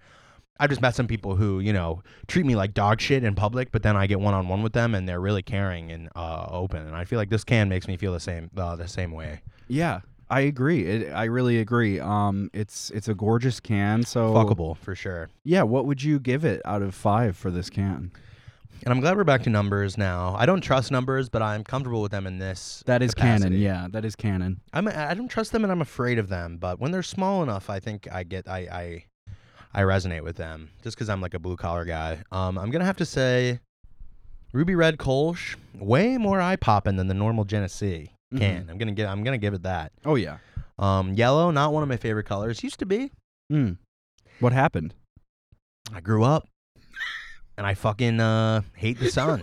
C: I've just met some people who you know treat me like dog shit in public, but then I get one on one with them and they're really caring and uh, open. And I feel like this can makes me feel the same uh, the same way.
D: Yeah, I agree. It, I really agree. Um, it's it's a gorgeous can. So
C: Fuckable for sure.
D: Yeah, what would you give it out of five for this can?
C: And I'm glad we're back to numbers now. I don't trust numbers, but I'm comfortable with them in this.
D: That is canon.
C: capacity.
D: Yeah, that is canon.
C: I'm, I don't trust them, and I'm afraid of them. But when they're small enough, I think I get I I, I resonate with them just because I'm like a blue collar guy. Um, I'm gonna have to say, Ruby Red Kolsch, way more eye popping than the normal Genesee
D: Mhm.
C: can. I'm gonna get I'm gonna give it that.
D: Oh yeah.
C: Um, yellow, not one of my favorite colors. Used to be.
D: Mm. What happened?
C: I grew up and I fucking uh, hate the sun.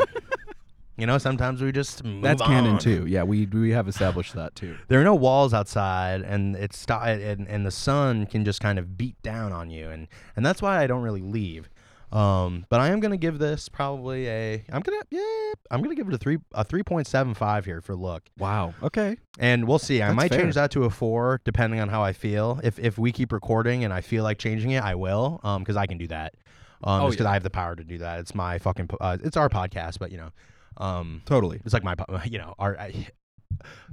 C: you know, sometimes we just move
D: That's canon
C: on.
D: too. Yeah, we we have established that too.
C: There are no walls outside, and it's sti- and, and the sun can just kind of beat down on you, and and that's why I don't really leave. Um, but I am gonna give this probably a I'm gonna yeah I'm gonna give it a three a three point seven five here for look,
D: Wow. Okay.
C: and we'll see. I
D: That's
C: might change
D: fair.
C: that to a four depending on how I feel. If if we keep recording and I feel like changing it, I will. Um, because I can do that. Um,
D: Oh,
C: because
D: yeah.
C: I have the power to do that. It's my fucking po- uh, it's our podcast, but you know, um,
D: Totally.
C: it's like my po- you know our. I,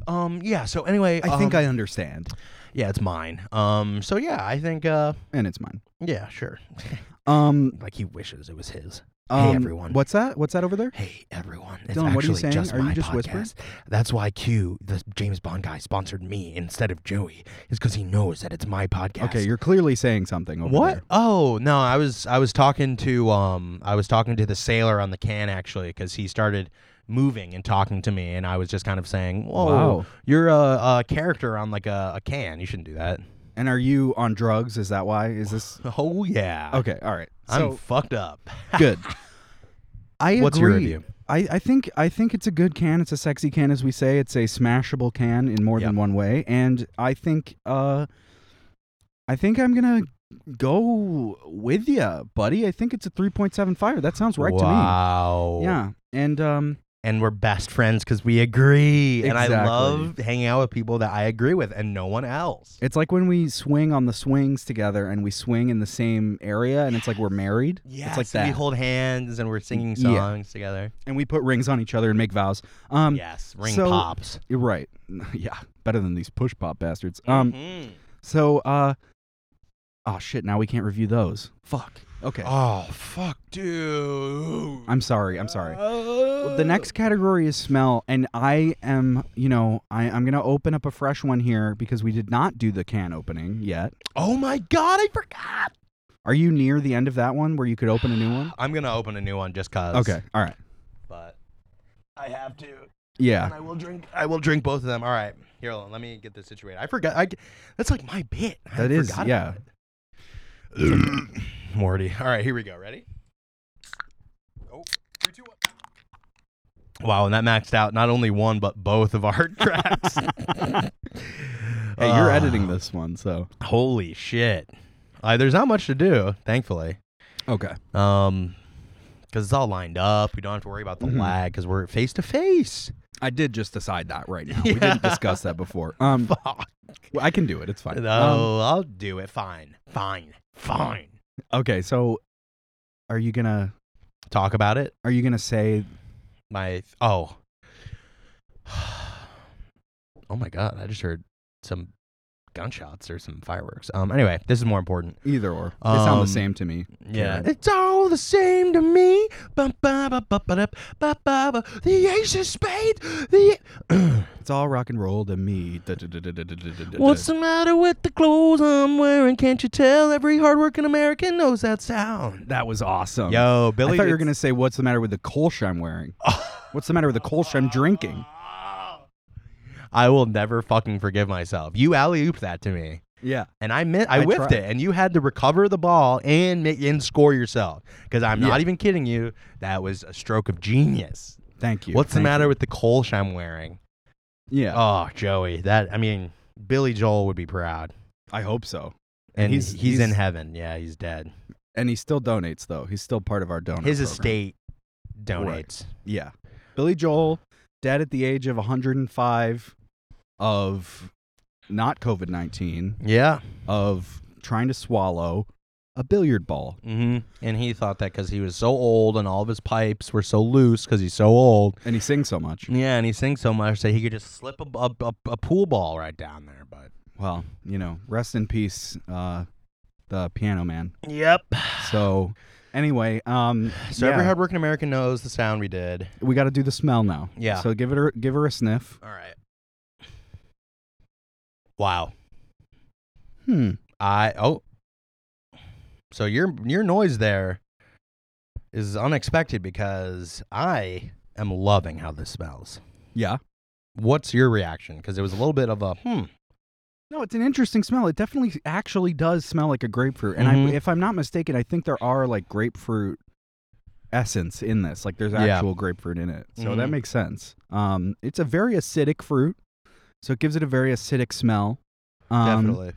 C: um yeah so anyway
D: I think
C: um,
D: I understand,
C: yeah, it's mine. Um, so yeah, I think. Uh,
D: and it's mine.
C: yeah, sure.
D: Um.
C: like he wishes it was his.
D: um,
C: everyone.
D: What's that? What's that over there?
C: Hey everyone, it's
D: Dylan,
C: actually
D: what are you saying?
C: just
D: Are you
C: my
D: just
C: podcast.
D: whispering?
C: That's why Q, the James Bond guy, sponsored me instead of Joey, is because he knows that it's my podcast.
D: Okay, you're clearly saying something over
C: what?
D: there.
C: Oh no, I was I was talking to um I was talking to the sailor on the can actually because he started moving and talking to me and I was just kind of saying, "Whoa,
D: Wow.
C: you're a, a character on like a, a can. You shouldn't do that."
D: And are you on drugs? Is that why? Is this
C: Oh yeah.
D: okay? All right.
C: I'm
D: So
C: fucked up.
D: good. I
C: What's your
D: agree.
C: review?
D: I, I think I think it's a good can. It's a sexy can, as we say. It's a smashable can in more than
C: Yep.
D: one way. And I think uh, I think I'm gonna go with you, buddy. I think it's a 3.75. That sounds right to
C: wow.
D: me. Yeah. And um,
C: And we're best friends because we agree. And I
D: Exactly.
C: love hanging out with people that I agree with and no one else.
D: it's like when we swing on the swings together, and we swing in the same area, and it's like we're married.
C: Yeah.
D: It's like
C: We
D: that.
C: hold hands and we're singing
D: Yeah.
C: songs together.
D: and we put rings on each other and make vows. Um,
C: yes. Ring
D: so-
C: pops.
D: you're right. yeah, better than these push pop bastards.
C: Mm-hmm.
D: Um, so uh, oh shit, now we can't review those. Fuck. Okay.
C: Oh, fuck, dude. Oh.
D: I'm sorry. I'm
C: Uh,
D: sorry. The next category is smell, and I am, you know, I, I'm gonna open up a fresh one here because we did not do the can opening yet.
C: Oh, my God. I forgot.
D: Are you near the end of that one where you could open a new one?
C: I'm going to open a new one just because.
D: Okay. All right.
C: But I have to.
D: Yeah.
C: And I will drink. I will drink both of them. All right. Here, hold on, let me get this situated. I forgot. I, that's like my bit. I
D: That is.
C: forgot
D: Yeah.
C: Morty. All right, here we go. Ready? Oh, three, two, one. Wow, and that maxed out not only one but both of our cracks.
D: Hey, you're
C: Uh,
D: editing this one, so
C: Holy shit! Uh, there's not much to do, thankfully,
D: okay.
C: um, because it's all lined up. We don't have to worry about the
D: Mhm.
C: lag because we're face to face.
D: I did just decide that right now.
C: We
D: We
C: didn't
D: didn't discuss that before. Um,
C: Fuck.
D: well, I can do it. It's fine. Um,
C: No, I'll do it. Fine, fine, fine.
D: okay. So, are you gonna
C: Talk about it.
D: are you gonna say
C: my th- oh oh my god i just heard some gunshots or some fireworks. Um, anyway, this is more important.
D: Either or. They sound
C: Um,
D: the same to me.
C: Yeah,
D: Karen.
C: it's all the same to me. Ba ba ba ba ba da, ba ba ba. The ace of spades. The
D: It's all rock and roll to me. Da- da- da- da- da- da- da- da- da-
C: what's the matter with the clothes I'm wearing? Can't you tell? Every hardworking American knows that sound.
D: That was awesome.
C: Yo,
D: I
C: Billy.
D: thought you were
C: it's-
D: going to say, What's the matter with the Kolsch I'm wearing? What's the matter with the Kolsch I'm drinking?
C: I will never fucking forgive myself. You alley ooped that to me,
D: Yeah.
C: and I mi- I,
D: I
C: whiffed
D: tried.
C: it, and you had to recover the ball and make and score yourself. Because I'm not
D: Yeah.
C: even kidding you. That was a stroke of genius.
D: Thank you.
C: What's the
D: Thank
C: matter with the Kolsch I'm wearing?
D: you. Yeah.
C: Oh, Joey, that I mean, Billy Joel would be proud,
D: I hope so.
C: and he's
D: he's-
C: he's, in
D: he's-
C: heaven. Yeah, he's dead.
D: And he still donates, though. He's still part of our donor.
C: His
D: program.
C: estate
D: Right.
C: donates.
D: Yeah. Billy Joel, dead at the age of 105 of not COVID 19,
C: Yeah,
D: of trying to swallow a billiard ball.
C: hmm and he thought that because he was so old and all of his pipes were so loose because he's so old.
D: And he sings so much.
C: Yeah, and he sings so much that he could just slip a, a, a, a pool ball right down there. But
D: Well, you know, rest in peace, uh, the piano man.
C: yep.
D: So, anyway, um,
C: So
D: yeah,
C: every hardworking American knows the sound we did.
D: we got to do the smell now.
C: Yeah.
D: So give it, a, give her a sniff.
C: All right. Wow.
D: Hmm.
C: I oh. So your your noise there is unexpected because I am loving how this smells.
D: Yeah.
C: What's your reaction? Because it was a little bit of a hmm.
D: No, it's an interesting smell. It definitely actually does smell like a grapefruit. And
C: Mhm.
D: I, if I'm not mistaken, I think there are like grapefruit essence in this. Like there's
C: Yeah.
D: actual grapefruit in it. So
C: Mhm.
D: that makes sense. Um, it's a very acidic fruit. So it gives it a very acidic smell. Um,
C: Definitely.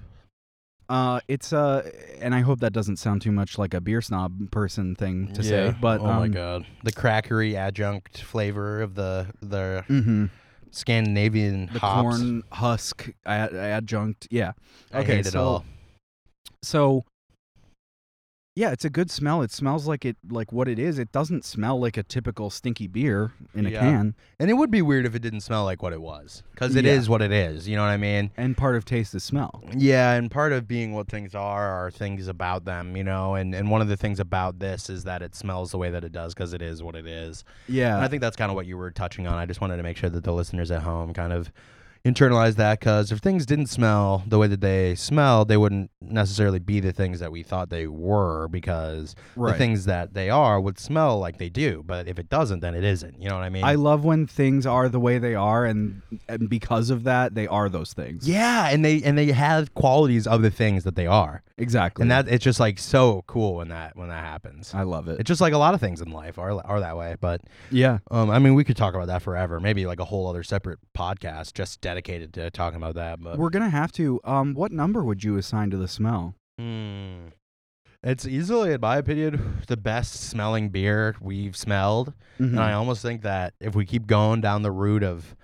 D: Uh, it's uh, and I hope that doesn't sound too much like a beer snob person thing to
C: Yeah.
D: say, but
C: oh my
D: um,
C: god, the crackery adjunct flavor of the the
D: mhm.
C: Scandinavian
D: the
C: hops.
D: corn husk ad- adjunct, yeah.
C: I
D: okay,
C: hate it
D: so-
C: all.
D: So, yeah, it's a good smell. It smells like it, like what it is. It doesn't smell like a typical stinky beer in a
C: Yeah.
D: can.
C: And it would be weird if it didn't smell like what it was, because it is
D: Yeah.
C: what it is. You know what I mean?
D: And part of taste is smell.
C: Yeah, and part of being what things are are things about them, you know. And and one of the things about this is that it smells the way that it does because it is what it is. And I
D: Yeah,
C: think that's kind of what you were touching on. I just wanted to make sure that the listeners at home kind of internalize that because if things didn't smell the way that they smell, they wouldn't necessarily be the things that we thought they were because
D: right.
C: the things that they are would smell like they do. But if it doesn't, then it isn't. You know what I mean?
D: I love when things are the way they are, and and because of that, they are those things.
C: yeah, and they and they have qualities of the things that they are.
D: exactly.
C: and that it's just like so cool when that when that happens.
D: I love it.
C: It's just like a lot of things in life are are that way. But
D: yeah,
C: um, I mean, we could talk about that forever. Maybe like a whole other separate podcast just dedicated to talking about that. But
D: we're gonna have to. Um, what number would you assign to the smell?
C: Hmm. it's easily, in my opinion, the best smelling beer we've smelled. And
D: Hmm.
C: I almost think that if we keep going down the route of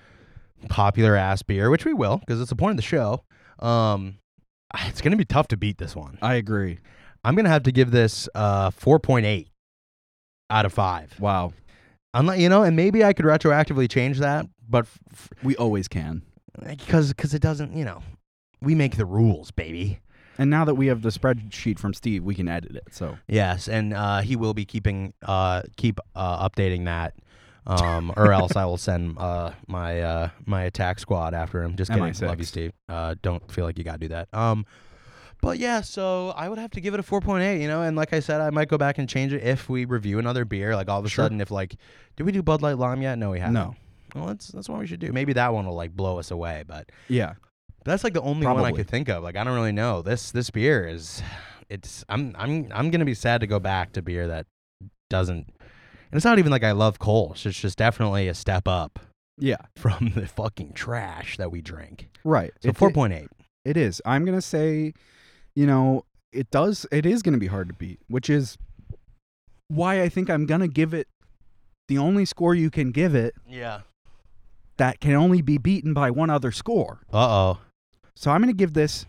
C: popular ass beer, which we will, because it's the point of the show, um, it's gonna be tough to beat this one.
D: I agree.
C: I'm gonna have to give this uh 4.8 out of five.
D: Wow,
C: Unless you know, and maybe I could retroactively change that, but
D: we always can.
C: because because it doesn't, you know, we make the rules, baby.
D: And now that we have the spreadsheet from Steve, we can edit it. So
C: Yes, and uh, he will be keeping uh keep uh, updating that. Um, or else I will send uh, my uh, my attack squad after him. Just kidding,
D: MI6.
C: love you, Steve. Uh, don't feel like you gotta do that. Um, but yeah, so I would have to give it a four point eight. You know, and like I said, I might go back and change it if we review another beer. Like all of a
D: Sure.
C: sudden, if like, did we do Bud Light Lime yet? No, we haven't.
D: no,
C: Well, that's that's what we should do. Maybe that one will like blow us away. But
D: yeah.
C: that's like the only one I
D: Probably.
C: could think of. Like I don't really know. This this beer is it's I'm I'm I'm gonna be sad to go back to beer that doesn't and it's not even like I love Kolsch. It's just definitely a step up
D: Yeah,
C: from the fucking trash that we drink.
D: right.
C: So
D: It-
C: four point eight.
D: It is. I'm gonna say, you know, it does. It is gonna be hard to beat, which is why I think I'm gonna give it the only score you can give it
C: Yeah.
D: that can only be beaten by one other score.
C: Uh oh.
D: So I'm gonna give this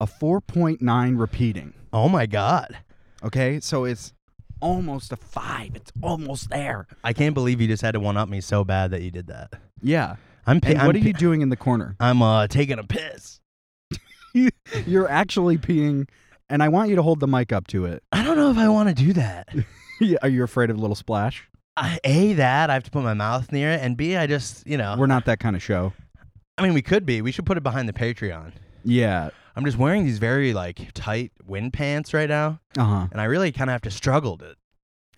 D: a 4.9 repeating.
C: Oh my god.
D: Okay, so it's almost a five. It's almost there.
C: I can't believe you just had to one up me so bad that you did that.
D: Yeah.
C: I'm pi-
D: And what
C: I'm
D: are you
C: pi-
D: doing in the corner?
C: I'm uh taking a piss.
D: You're actually peeing, and I want you to hold the mic up to it.
C: I don't know if I want to do that.
D: Yeah, Are you afraid of little splash?
C: I, a that I have to put my mouth near it, and B I just you know
D: We're not that kind of show.
C: I mean we could be. We should put it behind the Patreon.
D: Yeah.
C: I'm just wearing these very like tight wind pants right now,
D: Uh huh.
C: and I really kind of have to struggle to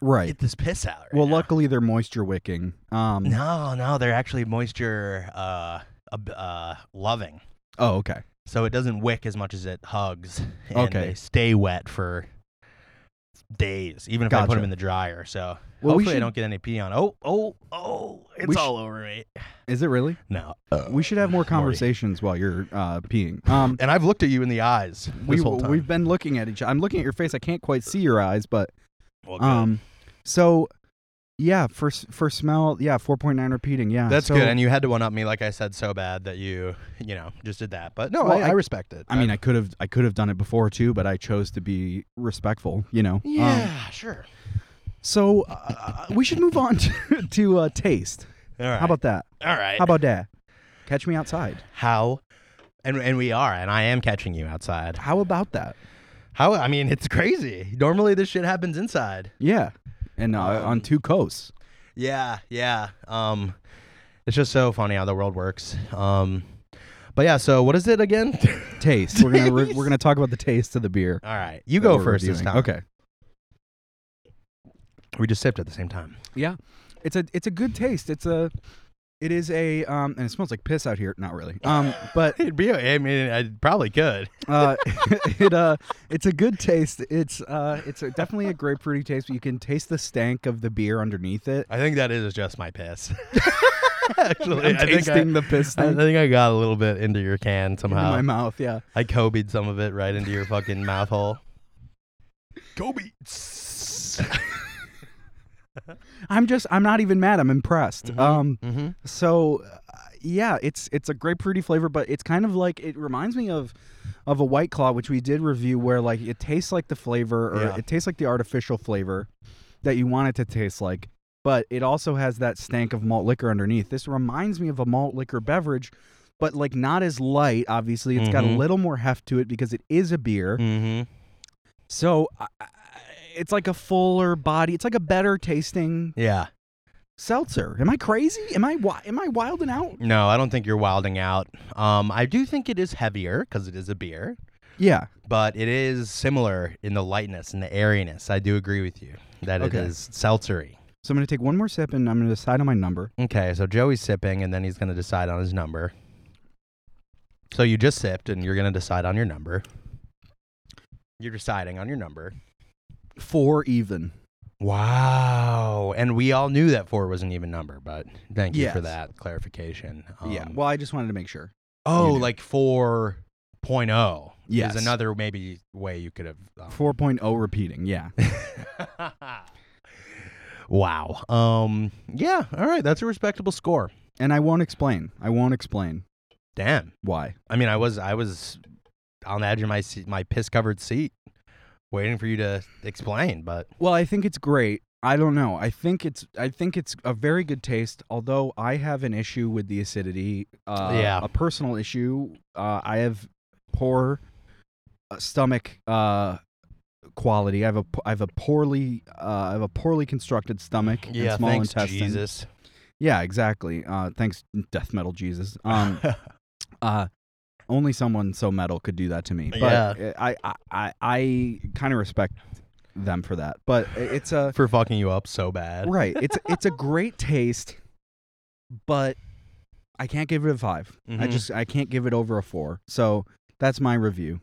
D: Right.
C: get this piss out. Uh-huh. Right
D: Well,
C: now.
D: luckily they're moisture wicking. Um.
C: No, no, they're actually moisture uh, ab- uh, loving.
D: Oh, okay.
C: So it doesn't wick as much as it hugs. And
D: Okay.
C: They stay wet for days, even if I put
D: Gotcha.
C: them in the dryer. So
D: Well, we
C: hopefully I
D: should-
C: don't get any pee on. Oh, oh, oh. It's
D: sh-
C: all over me.
D: Is it really?
C: No.
D: We should have more
C: Morty.
D: conversations while you're uh, peeing. Um.
C: And I've looked at you in the eyes this
D: We,
C: whole time.
D: we've been looking at each. I'm looking at your face. I can't quite see your eyes, but
C: Well, good.
D: um. So, yeah. For s- for smell, yeah. Four point nine repeating. Yeah.
C: That's
D: Uh, so-
C: good. And you had to one up me, like I said, so bad that you, you know, just did that. But no,
D: Well,
C: I, I
D: I-
C: respect it.
D: I mean, I could have I could have done it before too, but I chose to be respectful. You know. Um,
C: yeah, sure.
D: so uh, we should move on to, to uh, taste.
C: All right.
D: How about that?
C: all right?
D: How about that? Catch me outside.
C: how and and we are and i am catching you outside
D: How about that?
C: how i mean it's crazy normally this shit happens inside
D: Yeah. And uh,
C: Um,
D: on two coasts.
C: yeah yeah um it's just so funny how the world works um but yeah so what is it again
D: Taste. We're gonna re- we're gonna talk about the taste of the beer.
C: all right you
D: that
C: go
D: we're
C: first this
D: reviewing.
C: time
D: Okay.
C: we just sipped at the same time
D: Yeah. It's a it's a good taste. It's a it is a um and it smells like piss out here. Not really. Um, but
C: it'd be i mean i probably could
D: uh, it uh, it's a good taste. It's uh, it's a, definitely a grapefruity taste. But you can taste the stank of the beer underneath it.
C: i think that is just my piss actually
D: I'm
C: I think I,
D: tasting the piss
C: I
D: stank
C: think I got a little bit into your can
D: in
C: somehow
D: my mouth. Yeah.
C: I Kobe'd some of it right into your fucking mouth hole. Kobe.
D: I'm just I'm not even mad. I'm impressed.
C: Mhm.
D: Um,
C: mm-hmm.
D: so uh, yeah, it's it's a grapefruity flavor, but it's kind of like it reminds me of of a white claw, which we did review, where like it tastes like the flavor or
C: Yeah.
D: it tastes like the artificial flavor that you want it to taste like. But it also has that stank of malt liquor underneath. This reminds me of a malt liquor beverage, but like not as light. Obviously, it's got a
C: Mhm.
D: little more heft to it because it is a beer.
C: Mm-hmm.
D: So I, I- it's like a fuller body. It's like a better tasting
C: Yeah.
D: seltzer. Am I crazy? Am I wi- am I wilding out?
C: No, I don't think you're wilding out. Um, I do think it is heavier because it is a beer,
D: Yeah.
C: but it is similar in the lightness and the airiness. I do agree with you that
D: Okay.
C: it is seltzery.
D: So I'm gonna take one more sip and I'm gonna decide on my number.
C: Okay, so Joey's sipping, and then he's gonna decide on his number. So you just sipped, and you're gonna decide on your number. You're deciding on your number.
D: Four even.
C: Wow. And we all knew that four was an even number, but thank you for
D: Yes.
C: that clarification.
D: yeah.
C: Um,
D: Well, I just wanted to make sure.
C: oh,
D: you knew.
C: like 4.0
D: Yes.
C: is another maybe way you could have. um,
D: 4.0 repeating. Yeah.
C: wow. Um, yeah. All right. That's a respectable score.
D: And I won't explain. I won't explain
C: Damn.
D: why.
C: I mean, I was, I was on the edge of my seat, my piss covered seat waiting for you to explain, but
D: Well, I think it's great. I don't know. I think it's I think it's a very good taste. Although I have an issue with the acidity. Uh,
C: Yeah.
D: A personal issue. Uh, I have poor uh, stomach uh, quality. I have a p- I have a poorly uh, I have a poorly constructed stomach
C: yeah,
D: and small
C: thanks,
D: intestine.
C: Jesus.
D: Yeah, exactly. Uh, thanks, death metal Jesus. Um, uh, only someone so metal could do that to me. But eh,
C: Yeah.
D: I, I, I, I kind of respect them for that. But i- it's a
C: for fucking you up so bad.
D: right. It's it's a great taste, but I can't give it a 5 I
C: Mhm.
D: just I can't give it over a four. So that's my review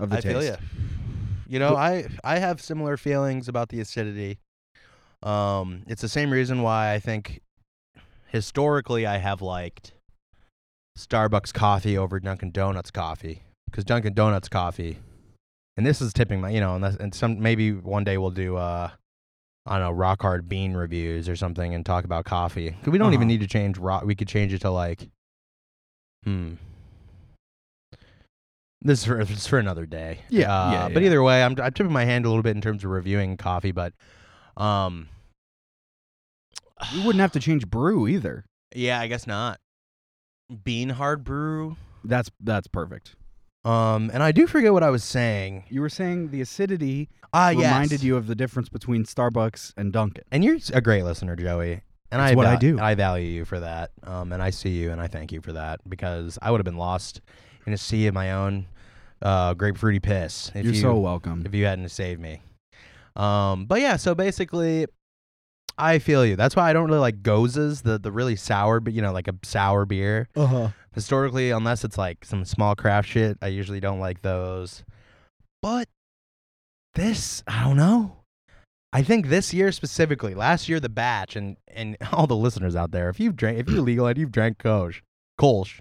D: of the
C: I
D: taste.
C: feel you. You know, I I have similar feelings about the acidity. Um, it's the same reason why I think historically I have liked Starbucks coffee over Dunkin' Donuts coffee because Dunkin' Donuts coffee, and this is tipping my you know, unless and some maybe one day we'll do uh. I don't know, rock hard bean reviews or something and talk about coffee. 'Cause We don't even
D: Uh-huh.
C: need to change rock. We could change it to like, hmm, this is for, this is for another day.
D: Yeah,
C: Uh,
D: yeah,
C: But
D: yeah.
C: either way, I'm, I'm tipping my hand a little bit in terms of reviewing coffee, but um,
D: You wouldn't have to change brew either.
C: yeah, I guess not. Bean hard brew.
D: That's that's perfect.
C: Um, and I do forget what I was saying.
D: You were saying the acidity
C: Ah, yes.
D: reminded you of the difference between Starbucks and Dunkin'.
C: And you're a great listener, Joey. And
D: It's
C: I
D: what I do.
C: I value you for that. Um, and I see you, and I thank you for that because I would have been lost in a sea of my own uh, grapefruity piss if
D: You're
C: you
D: so welcome.
C: if you hadn't saved me. Um, but yeah, so basically, I feel you. That's why I don't really like gozas, the the really sour, but you know, like a sour beer.
D: Uh-huh.
C: Historically, unless it's like some small craft shit, I usually don't like those. But this, I don't know. I think this year specifically, last year the batch, and and all the listeners out there, if you've drank, if you legal and you've drank Kolsch, Kolsch,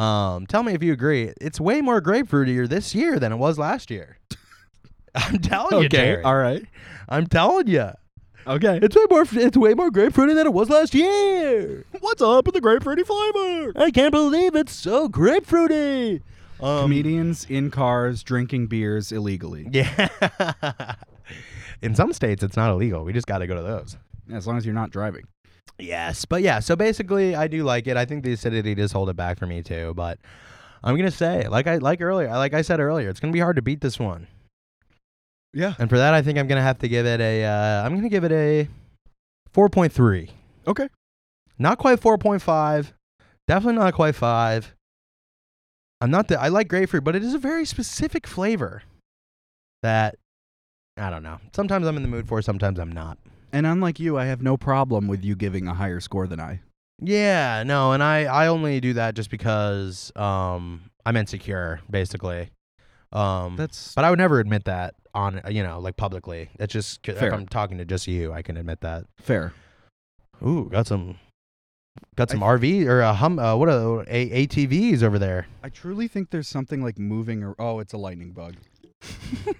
C: um, tell me if you agree. It's way more grapefruitier this year than it was last year. I'm telling you,
D: Okay.
C: Jared.
D: All right.
C: I'm telling you,
D: Okay.
C: it's way more. It's way more grapefruity than it was last year. What's up with the grapefruity flavor? I can't believe it's so grapefruity. Um,
D: Comedians in cars drinking beers illegally.
C: Yeah. In some states, it's not illegal. We just got to go to those.
D: As long as you're not driving.
C: Yes, but yeah. So basically, I do like it. I think the acidity does hold it back for me too. But I'm gonna say, like I like earlier, like I said earlier, it's gonna be hard to beat this one.
D: Yeah.
C: And for that, I think I'm gonna have to give it a. Uh, I'm gonna give it a 4.3.
D: Okay.
C: Not quite 4.5. Definitely not quite five. I'm not that I like grapefruit, but it is a very specific flavor that I don't know. Sometimes I'm in the mood for, sometimes I'm not.
D: And unlike you, I have no problem with you giving a higher score than I.
C: Yeah, no, and I I only do that just because um I'm insecure basically. Um
D: That's
C: but I would never admit that on you know like publicly. That's just 'cause if
D: Fair.
C: I'm talking to just you, I can admit that.
D: fair.
C: Ooh, got some got
D: I
C: some
D: th-
C: RV or a hum uh, what are a, ATVs over there.
D: I truly think there's something like moving or oh, it's a lightning bug.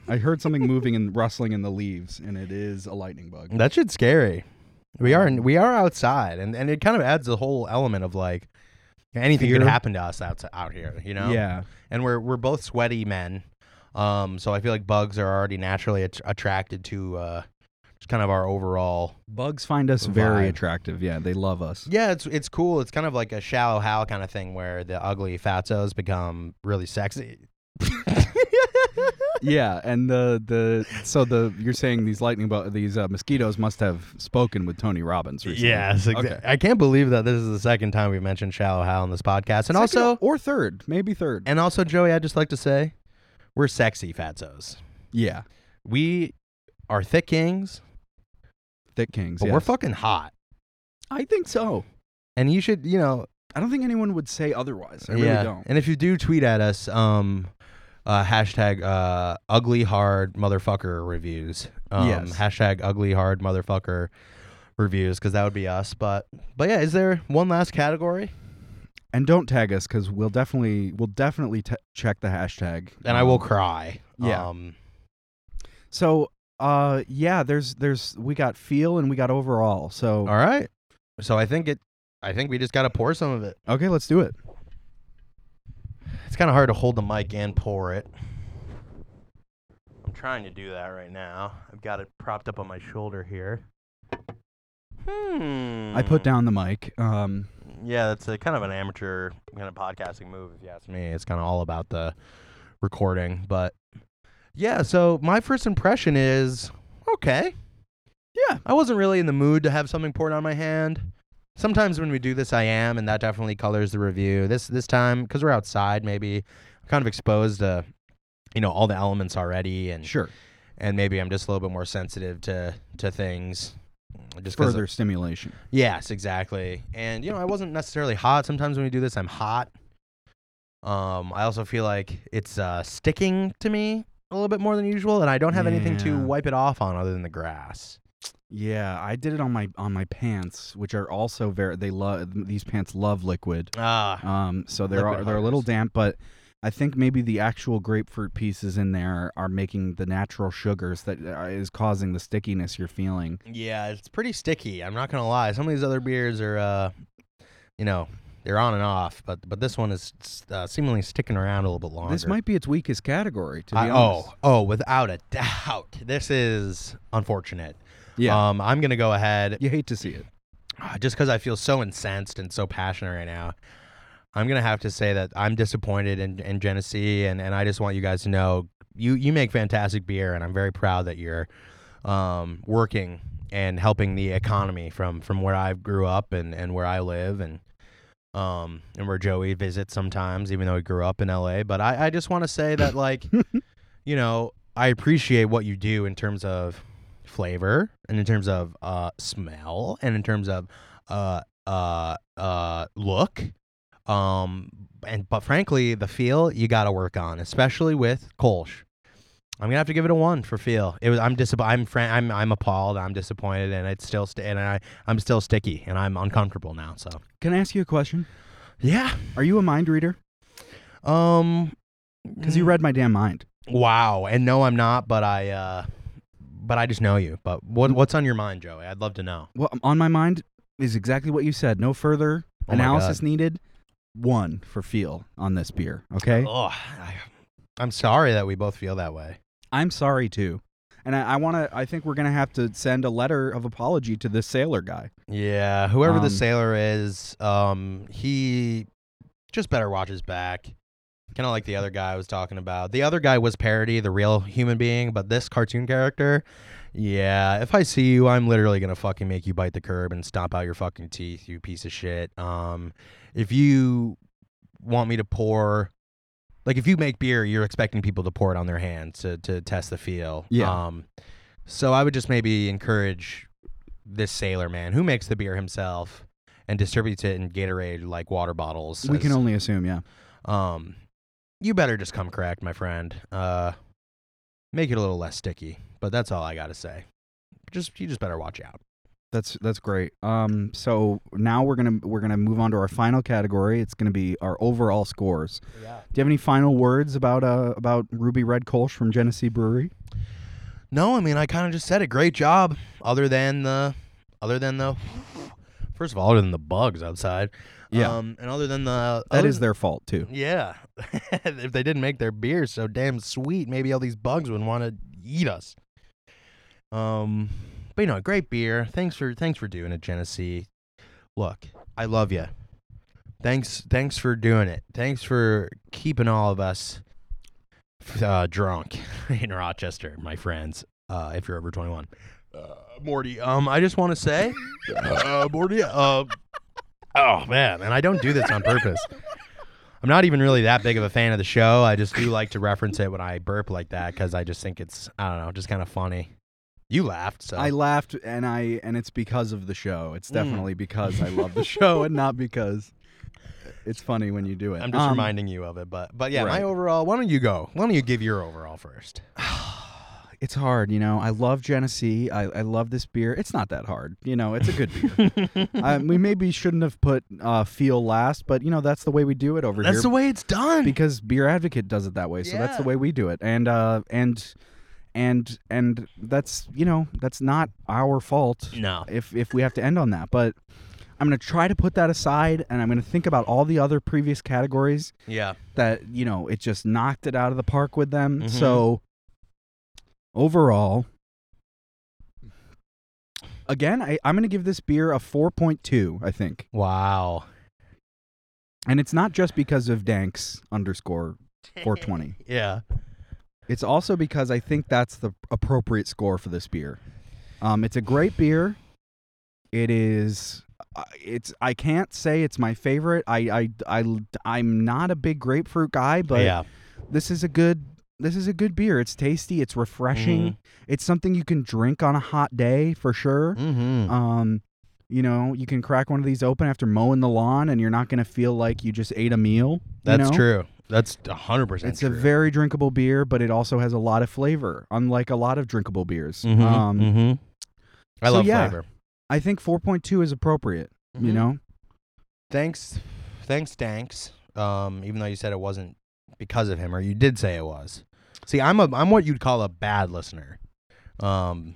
D: I heard something moving and rustling in the leaves, and it is a lightning bug.
C: That shit's scary. We are in, we are outside, and, and it kind of adds the whole element of like anything could
D: Fear.
C: happen to us out out here, you know?
D: Yeah.
C: And we're we're both sweaty men, um. So I feel like bugs are already naturally at- attracted to uh, just kind of our overall.
D: Bugs find us very
C: Vibe.
D: attractive. Yeah, they love us.
C: Yeah, it's it's cool. It's kind of like a shallow hal kind of thing where the ugly fatos become really sexy.
D: yeah, and the the so the you're saying these lightning bu- these uh, mosquitoes must have spoken with Tony Robbins recently.
C: Yes,
D: Okay.
C: exa- I can't believe that this is the second time we've mentioned shallow hal in this podcast, and
D: Second
C: also
D: or third, maybe third.
C: And also, Joey, I'd just like to say we're sexy fatzos.
D: yeah,
C: We are thick kings,
D: Thick Kings.
C: but
D: yes.
C: we're fucking hot.
D: I think so.
C: And you should, you know,
D: I don't think anyone would say otherwise. I
C: yeah.
D: really don't.
C: And if you do tweet at us, um, uh, hashtag uh, ugly hard motherfucker reviews. Um,
D: Yes.
C: Hashtag ugly hard motherfucker reviews because that would be us. But but yeah, is there one last category?
D: And don't tag us because we'll definitely we'll definitely t- check the hashtag.
C: And I will
D: Um,
C: cry.
D: yeah.
C: Um,
D: So, uh, yeah, there's there's we got feel and we got overall. So
C: all right. So I think it. I think we just got to pour some of it.
D: okay, let's do it.
C: It's kind of hard to hold the mic and pour it. I'm trying to do that right now. I've got it propped up on my shoulder here. Hmm.
D: I put down the mic. Um,
C: Yeah, that's a kind of an amateur kind of podcasting move, if you ask me. It's kind of all about the recording, but yeah. So my first impression is okay.
D: Yeah.
C: I wasn't really in the mood to have something poured on my hand. Sometimes when we do this, I am, and that definitely colors the review. This this time, because we're outside, maybe kind of exposed to you know all the elements already, and
D: sure.
C: and maybe I'm just a little bit more sensitive to to things. Just 'cause of-
D: Further stimulation.
C: Yes, exactly. And you know, I wasn't necessarily hot. Sometimes when we do this, I'm hot. Um, I also feel like it's uh, sticking to me a little bit more than usual, and I don't have anything to
D: Yeah.
C: wipe it off on other than the grass.
D: Yeah, I did it on my on my pants, which are also very they love these pants love liquid.
C: Ah,
D: Um, so they're
C: Liquid
D: they're a little
C: hardness.
D: damp, but I think maybe the actual grapefruit pieces in there are making the natural sugars that uh, is causing the stickiness you're feeling.
C: yeah, it's pretty sticky. I'm not gonna lie. Some of these other beers are, uh, you know, they're on and off, but but this one is uh, seemingly sticking around a little bit longer.
D: This might be its weakest category, to be
C: I-
D: honest.
C: oh, oh, without a doubt, this is unfortunate.
D: yeah,
C: Um, I'm gonna go ahead
D: you hate to see it.
C: Ah, just because I feel so incensed and so passionate right now, I'm gonna have to say that I'm disappointed in, in Genesee, and, and I just want you guys to know you you make fantastic beer, and I'm very proud that you're um, working and helping the economy from from where I grew up and, and where I live, and um and where Joey visits sometimes, even though he grew up in L.A. But I I just want to say that like you know I appreciate what you do in terms of flavor and in terms of uh smell and in terms of uh uh uh look um and but frankly the feel you got to work on especially with kolsch i'm gonna have to give it a one for feel it was i'm disapp- i'm fran- i'm i'm appalled i'm disappointed and it's still st- and i i'm still sticky and i'm uncomfortable now so
D: Can I ask you a question?
C: yeah
D: Are you a mind reader?
C: um
D: Because you read my damn mind.
C: wow and no i'm not but i uh but i just know you but what what's on your mind joey i'd love to know
D: Well, on my mind is exactly what you said. No further
C: Oh my
D: analysis needed. One for feel on this beer. Okay.
C: oh I, i'm sorry that we both feel that way
D: I'm sorry too. And I, I want to. I think we're gonna have to send a letter of apology to this sailor guy.
C: Yeah, whoever the
D: Um,
C: sailor is, um, he just better watch his back. Kind of like the other guy I was talking about. The other guy was parody, the real human being, but this cartoon character, yeah. If I see you, I'm literally gonna fucking make you bite the curb and stomp out your fucking teeth, you piece of shit. Um, if you want me to pour, like if you make beer, you're expecting people to pour it on their hands to to test the feel.
D: Yeah.
C: Um, so I would just maybe encourage this sailor man who makes the beer himself and distributes it in Gatorade like water bottles.
D: We can
C: as-
D: only assume. Yeah.
C: um, you better just come correct, my friend. Uh, make it a little less sticky, but that's all I gotta say. Just you just better watch out.
D: That's that's great. Um, so now we're gonna we're gonna move on to our final category. It's gonna be our overall scores.
C: Yeah.
D: Do you have any final words about uh about Ruby Red Kolsch from Genesee Brewery?
C: No, I mean I kind of just said it. Great job. Other than the, other than the, first of all, other than the bugs outside.
D: Yeah.
C: Um, and other than the
D: That
C: other
D: is
C: th-
D: their fault too.
C: Yeah. if they didn't make their beer so damn sweet, maybe all these bugs would want to eat us. Um, but you know, great beer. Thanks for thanks for doing it, Genesee. Look, I love you. Thanks thanks for doing it. Thanks for keeping all of us uh, drunk in Rochester, my friends. Uh, if you're over 21. Uh, Morty, um, I just want to say, uh, Morty, uh, oh man, and I don't do this on purpose. I'm not even really that big of a fan of the show. I just do like to reference it when I burp like that because I just think it's I don't know, just kind of funny. You laughed, so Mm.
D: I laughed and I and it's because of the show. It's definitely because I love the show and not because it's funny when you do it.
C: I'm just
D: Um,
C: reminding you of it. But but yeah, my
D: right.
C: overall. Why don't you go? Why don't you give your overall first?
D: It's hard, you know. I love Genesee. I, I love this beer. It's not that hard, you know. It's a good beer. I, we maybe shouldn't have put uh, feel last, but you know that's the way we do it over here.
C: way it's done.
D: because Beer Advocate does it that way. So that's the
C: Yeah.
D: way we do it. And uh and and and that's you know that's not our fault.
C: No.
D: If if we have to end on that, but I'm gonna try to put that aside, and I'm gonna think about all the other previous categories
C: yeah,
D: that you know it just knocked it out of the park with them.
C: Mhm.
D: So overall. Again, I, I'm going to give this beer a 4.2, I think.
C: wow.
D: And it's not just because of Danks underscore 420.
C: Yeah,
D: It's also because I think that's the appropriate score for this beer. Um, it's a great beer. It is. uh, It's. I can't say it's my favorite. I. I. I. I'm not a big grapefruit guy, but
C: yeah,
D: this is a good. This is a good beer. It's tasty. It's refreshing. It's something you can drink on a hot day for sure.
C: mm-hmm.
D: Um, you know, you can crack one of these open after mowing the lawn, and you're not going to feel like you just ate a meal. you
C: that's
D: know?
C: true. That's hundred percent.
D: It's a very drinkable beer, but it also has a lot of flavor, unlike a lot of drinkable beers.
C: Mm-hmm.
D: Um,
C: Mm. I
D: so
C: love
D: yeah,
C: flavor.
D: I think 4.2 is appropriate. You
C: Mhm.
D: know,
C: thanks, thanks, thanks. Um, even though you said it wasn't because of him, or you did say it was. See, I'm a I'm what you'd call a bad listener. Um,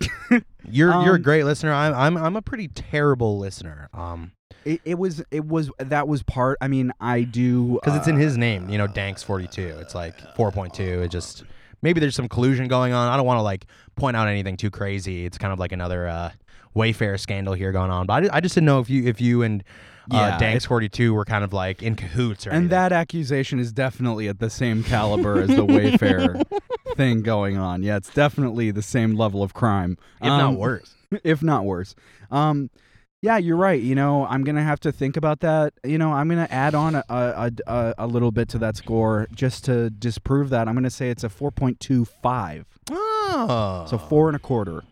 C: you're you're a
D: Um,
C: great listener. I'm I'm I'm a pretty terrible listener. Um,
D: it, it was it was that was part. I mean, I do
C: because it's in
D: uh,
C: his name, you know, Danks forty two. It's like four point two. It just maybe there's some collusion going on. I don't want to like point out anything too crazy. It's kind of like another uh, Wayfair scandal here going on. But I, ju- I just didn't know if you if you and uh,
D: Yeah,
C: Dank
D: it-
C: Squirty 2 were kind of like in cahoots or
D: And
C: anything.
D: that accusation is definitely at the same caliber as the Wayfair thing going on. Yeah, it's definitely the same level of crime,
C: if not
D: Um,
C: worse.
D: if not worse. Um, yeah, you're right. You know, I'm gonna have to think about that. You know, I'm gonna add on a a, a, a little bit to that score just to disprove that. I'm gonna say it's a 4.25,
C: Oh.
D: so four and a quarter.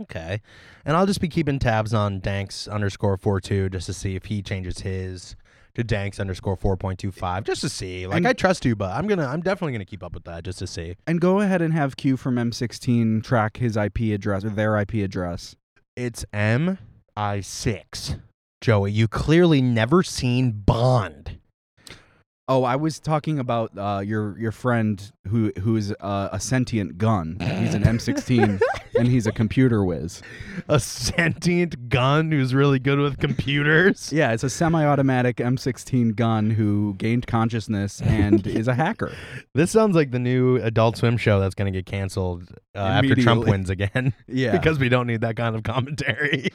C: Okay. And I'll just be keeping tabs on Danks underscore four two just to see if he changes his to Danks underscore four point two five just to see. Like
D: And-
C: I trust you, but I'm gonna I'm definitely gonna keep up with that just to see.
D: And go ahead and have Q from M16 track his IP address or their IP address.
C: It's M I six. Joey, you clearly never seen Bond.
D: Oh, I was talking about uh, your your friend who who is uh, a sentient gun. He's an M16 and he's a computer whiz.
C: A sentient gun who's really good with computers.
D: Yeah, it's a semi-automatic M16 gun who gained consciousness and is a hacker.
C: This sounds like the new Adult Swim show that's gonna get canceled uh, after Trump
D: Immediately.
C: wins again.
D: Yeah.
C: because we don't need that kind of commentary.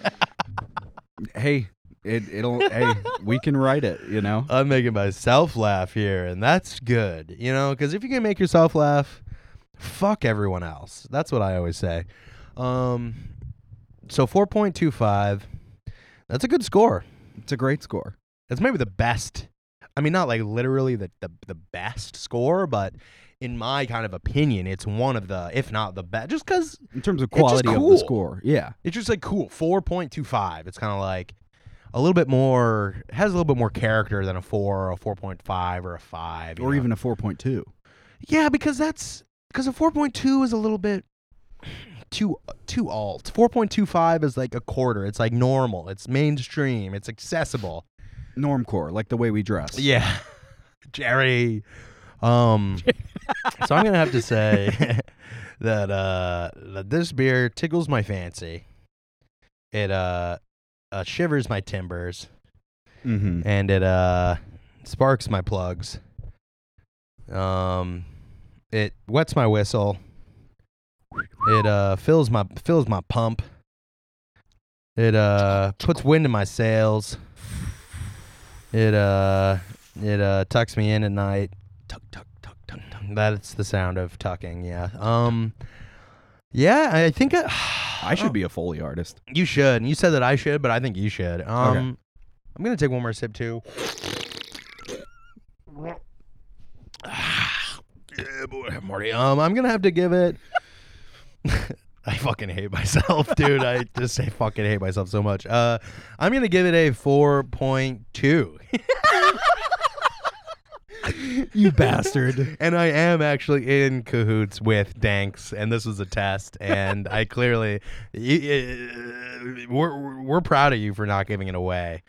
D: hey, it it'll hey, we can write it, you know.
C: I'm making myself laugh here, and that's good, you know, because if you can make yourself laugh, fuck everyone else. That's what I always say. Um, so 4.25, that's a good score.
D: It's a great score.
C: That's maybe the best. I mean, not like literally the, the, the best score, but in my kind of opinion, it's one of the, if not the best, just because
D: In terms of
C: It's just
D: quality of
C: cool.
D: the score. Yeah.
C: it's just like cool. 4.25. It's kind of like a little bit more, has a little bit more character than a 4 or a 4.5 or a 5. you
D: Or
C: know?
D: even a 4.2.
C: Yeah, because that's because a 4.2 is a little bit too too alt. 4.25 is like a quarter. It's like normal. It's mainstream. It's accessible.
D: Normcore, like the way we dress.
C: Yeah. Jerry. Um so I'm going to have to say that uh that this beer tickles my fancy. It uh, uh shivers my timbers
D: Mhm.
C: and it uh sparks my plugs. Um, it wets my whistle. It uh fills my fills my pump. It uh puts wind in my sails. It uh it uh tucks me in at night. Tuck tuck tuck tuck tuck. That's the sound of tucking. Yeah. Um. Yeah, I- I think I,
D: I
C: Oh.
D: should be a Foley artist.
C: you should. And you said that I should, but I think you should. Um, I'm gonna take one more sip too. Ah, yeah, boy, Marty. Um, I'm gonna have to give it. I fucking hate myself, dude. I just I fucking hate myself so much. Uh, I'm gonna give it a four point two.
D: You bastard.
C: and I am actually in cahoots with Danks, and this was a test, and I clearly, y- y- we're we're proud of you for not giving it away,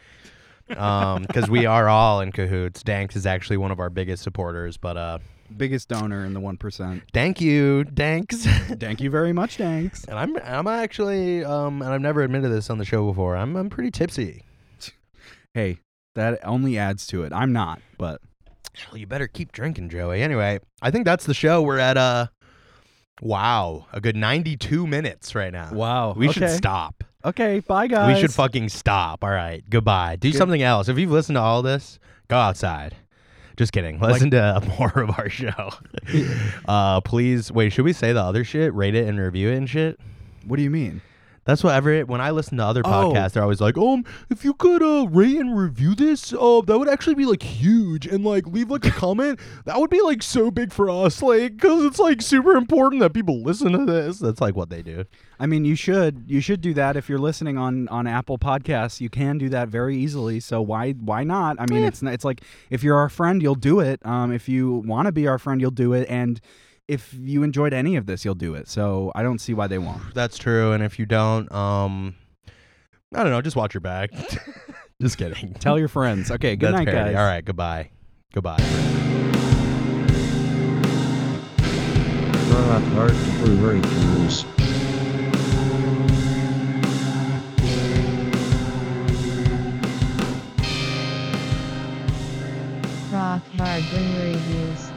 C: um, because we are all in cahoots. Danks is actually one of our biggest supporters, but uh,
D: Biggest donor in the 1%.
C: thank you, Danks.
D: Thank you very much, thanks.
C: And I'm I'm actually um and I've never admitted this on the show before. I'm I'm pretty tipsy.
D: Hey, that only adds to it. I'm not, but
C: Well, you better keep drinking, Joey. Anyway, I think that's the show. We're at uh wow, a good 92 minutes right now.
D: wow.
C: We should stop.
D: Okay, bye guys.
C: We should fucking stop. All right. Goodbye. Do
D: Good-
C: something else. If you've listened to all this, go outside. Just kidding. Listen to more of our show. uh, please wait. Should we say the other shit? Rate it and review it and shit.
D: What do you mean?
C: That's what every when I listen to other
D: Oh.
C: podcasts, they're always like, um, if you could uh, rate and review this, uh, that would actually be like huge, and like leave like a comment, that would be like so big for us, like, cause it's like super important that people listen to this. That's like what they do.
D: I mean, you should you should do that if you're listening on on Apple Podcasts. You can do that very easily. So why why not? I mean, it's it's n- it's like if you're our friend, you'll do it. Um, if you want to be our friend, you'll do it. And if you enjoyed any of this, you'll do it. So I don't see why they won't.
C: That's true. And if you don't, um, I don't know. Just watch your back. just kidding.
D: Tell your friends. Okay, good
C: That's
D: night,
C: parody.
D: guys.
C: All right. Goodbye. Goodbye.
A: Rockhart Brewery Brews.
B: Rock Hard Brewery Reviews.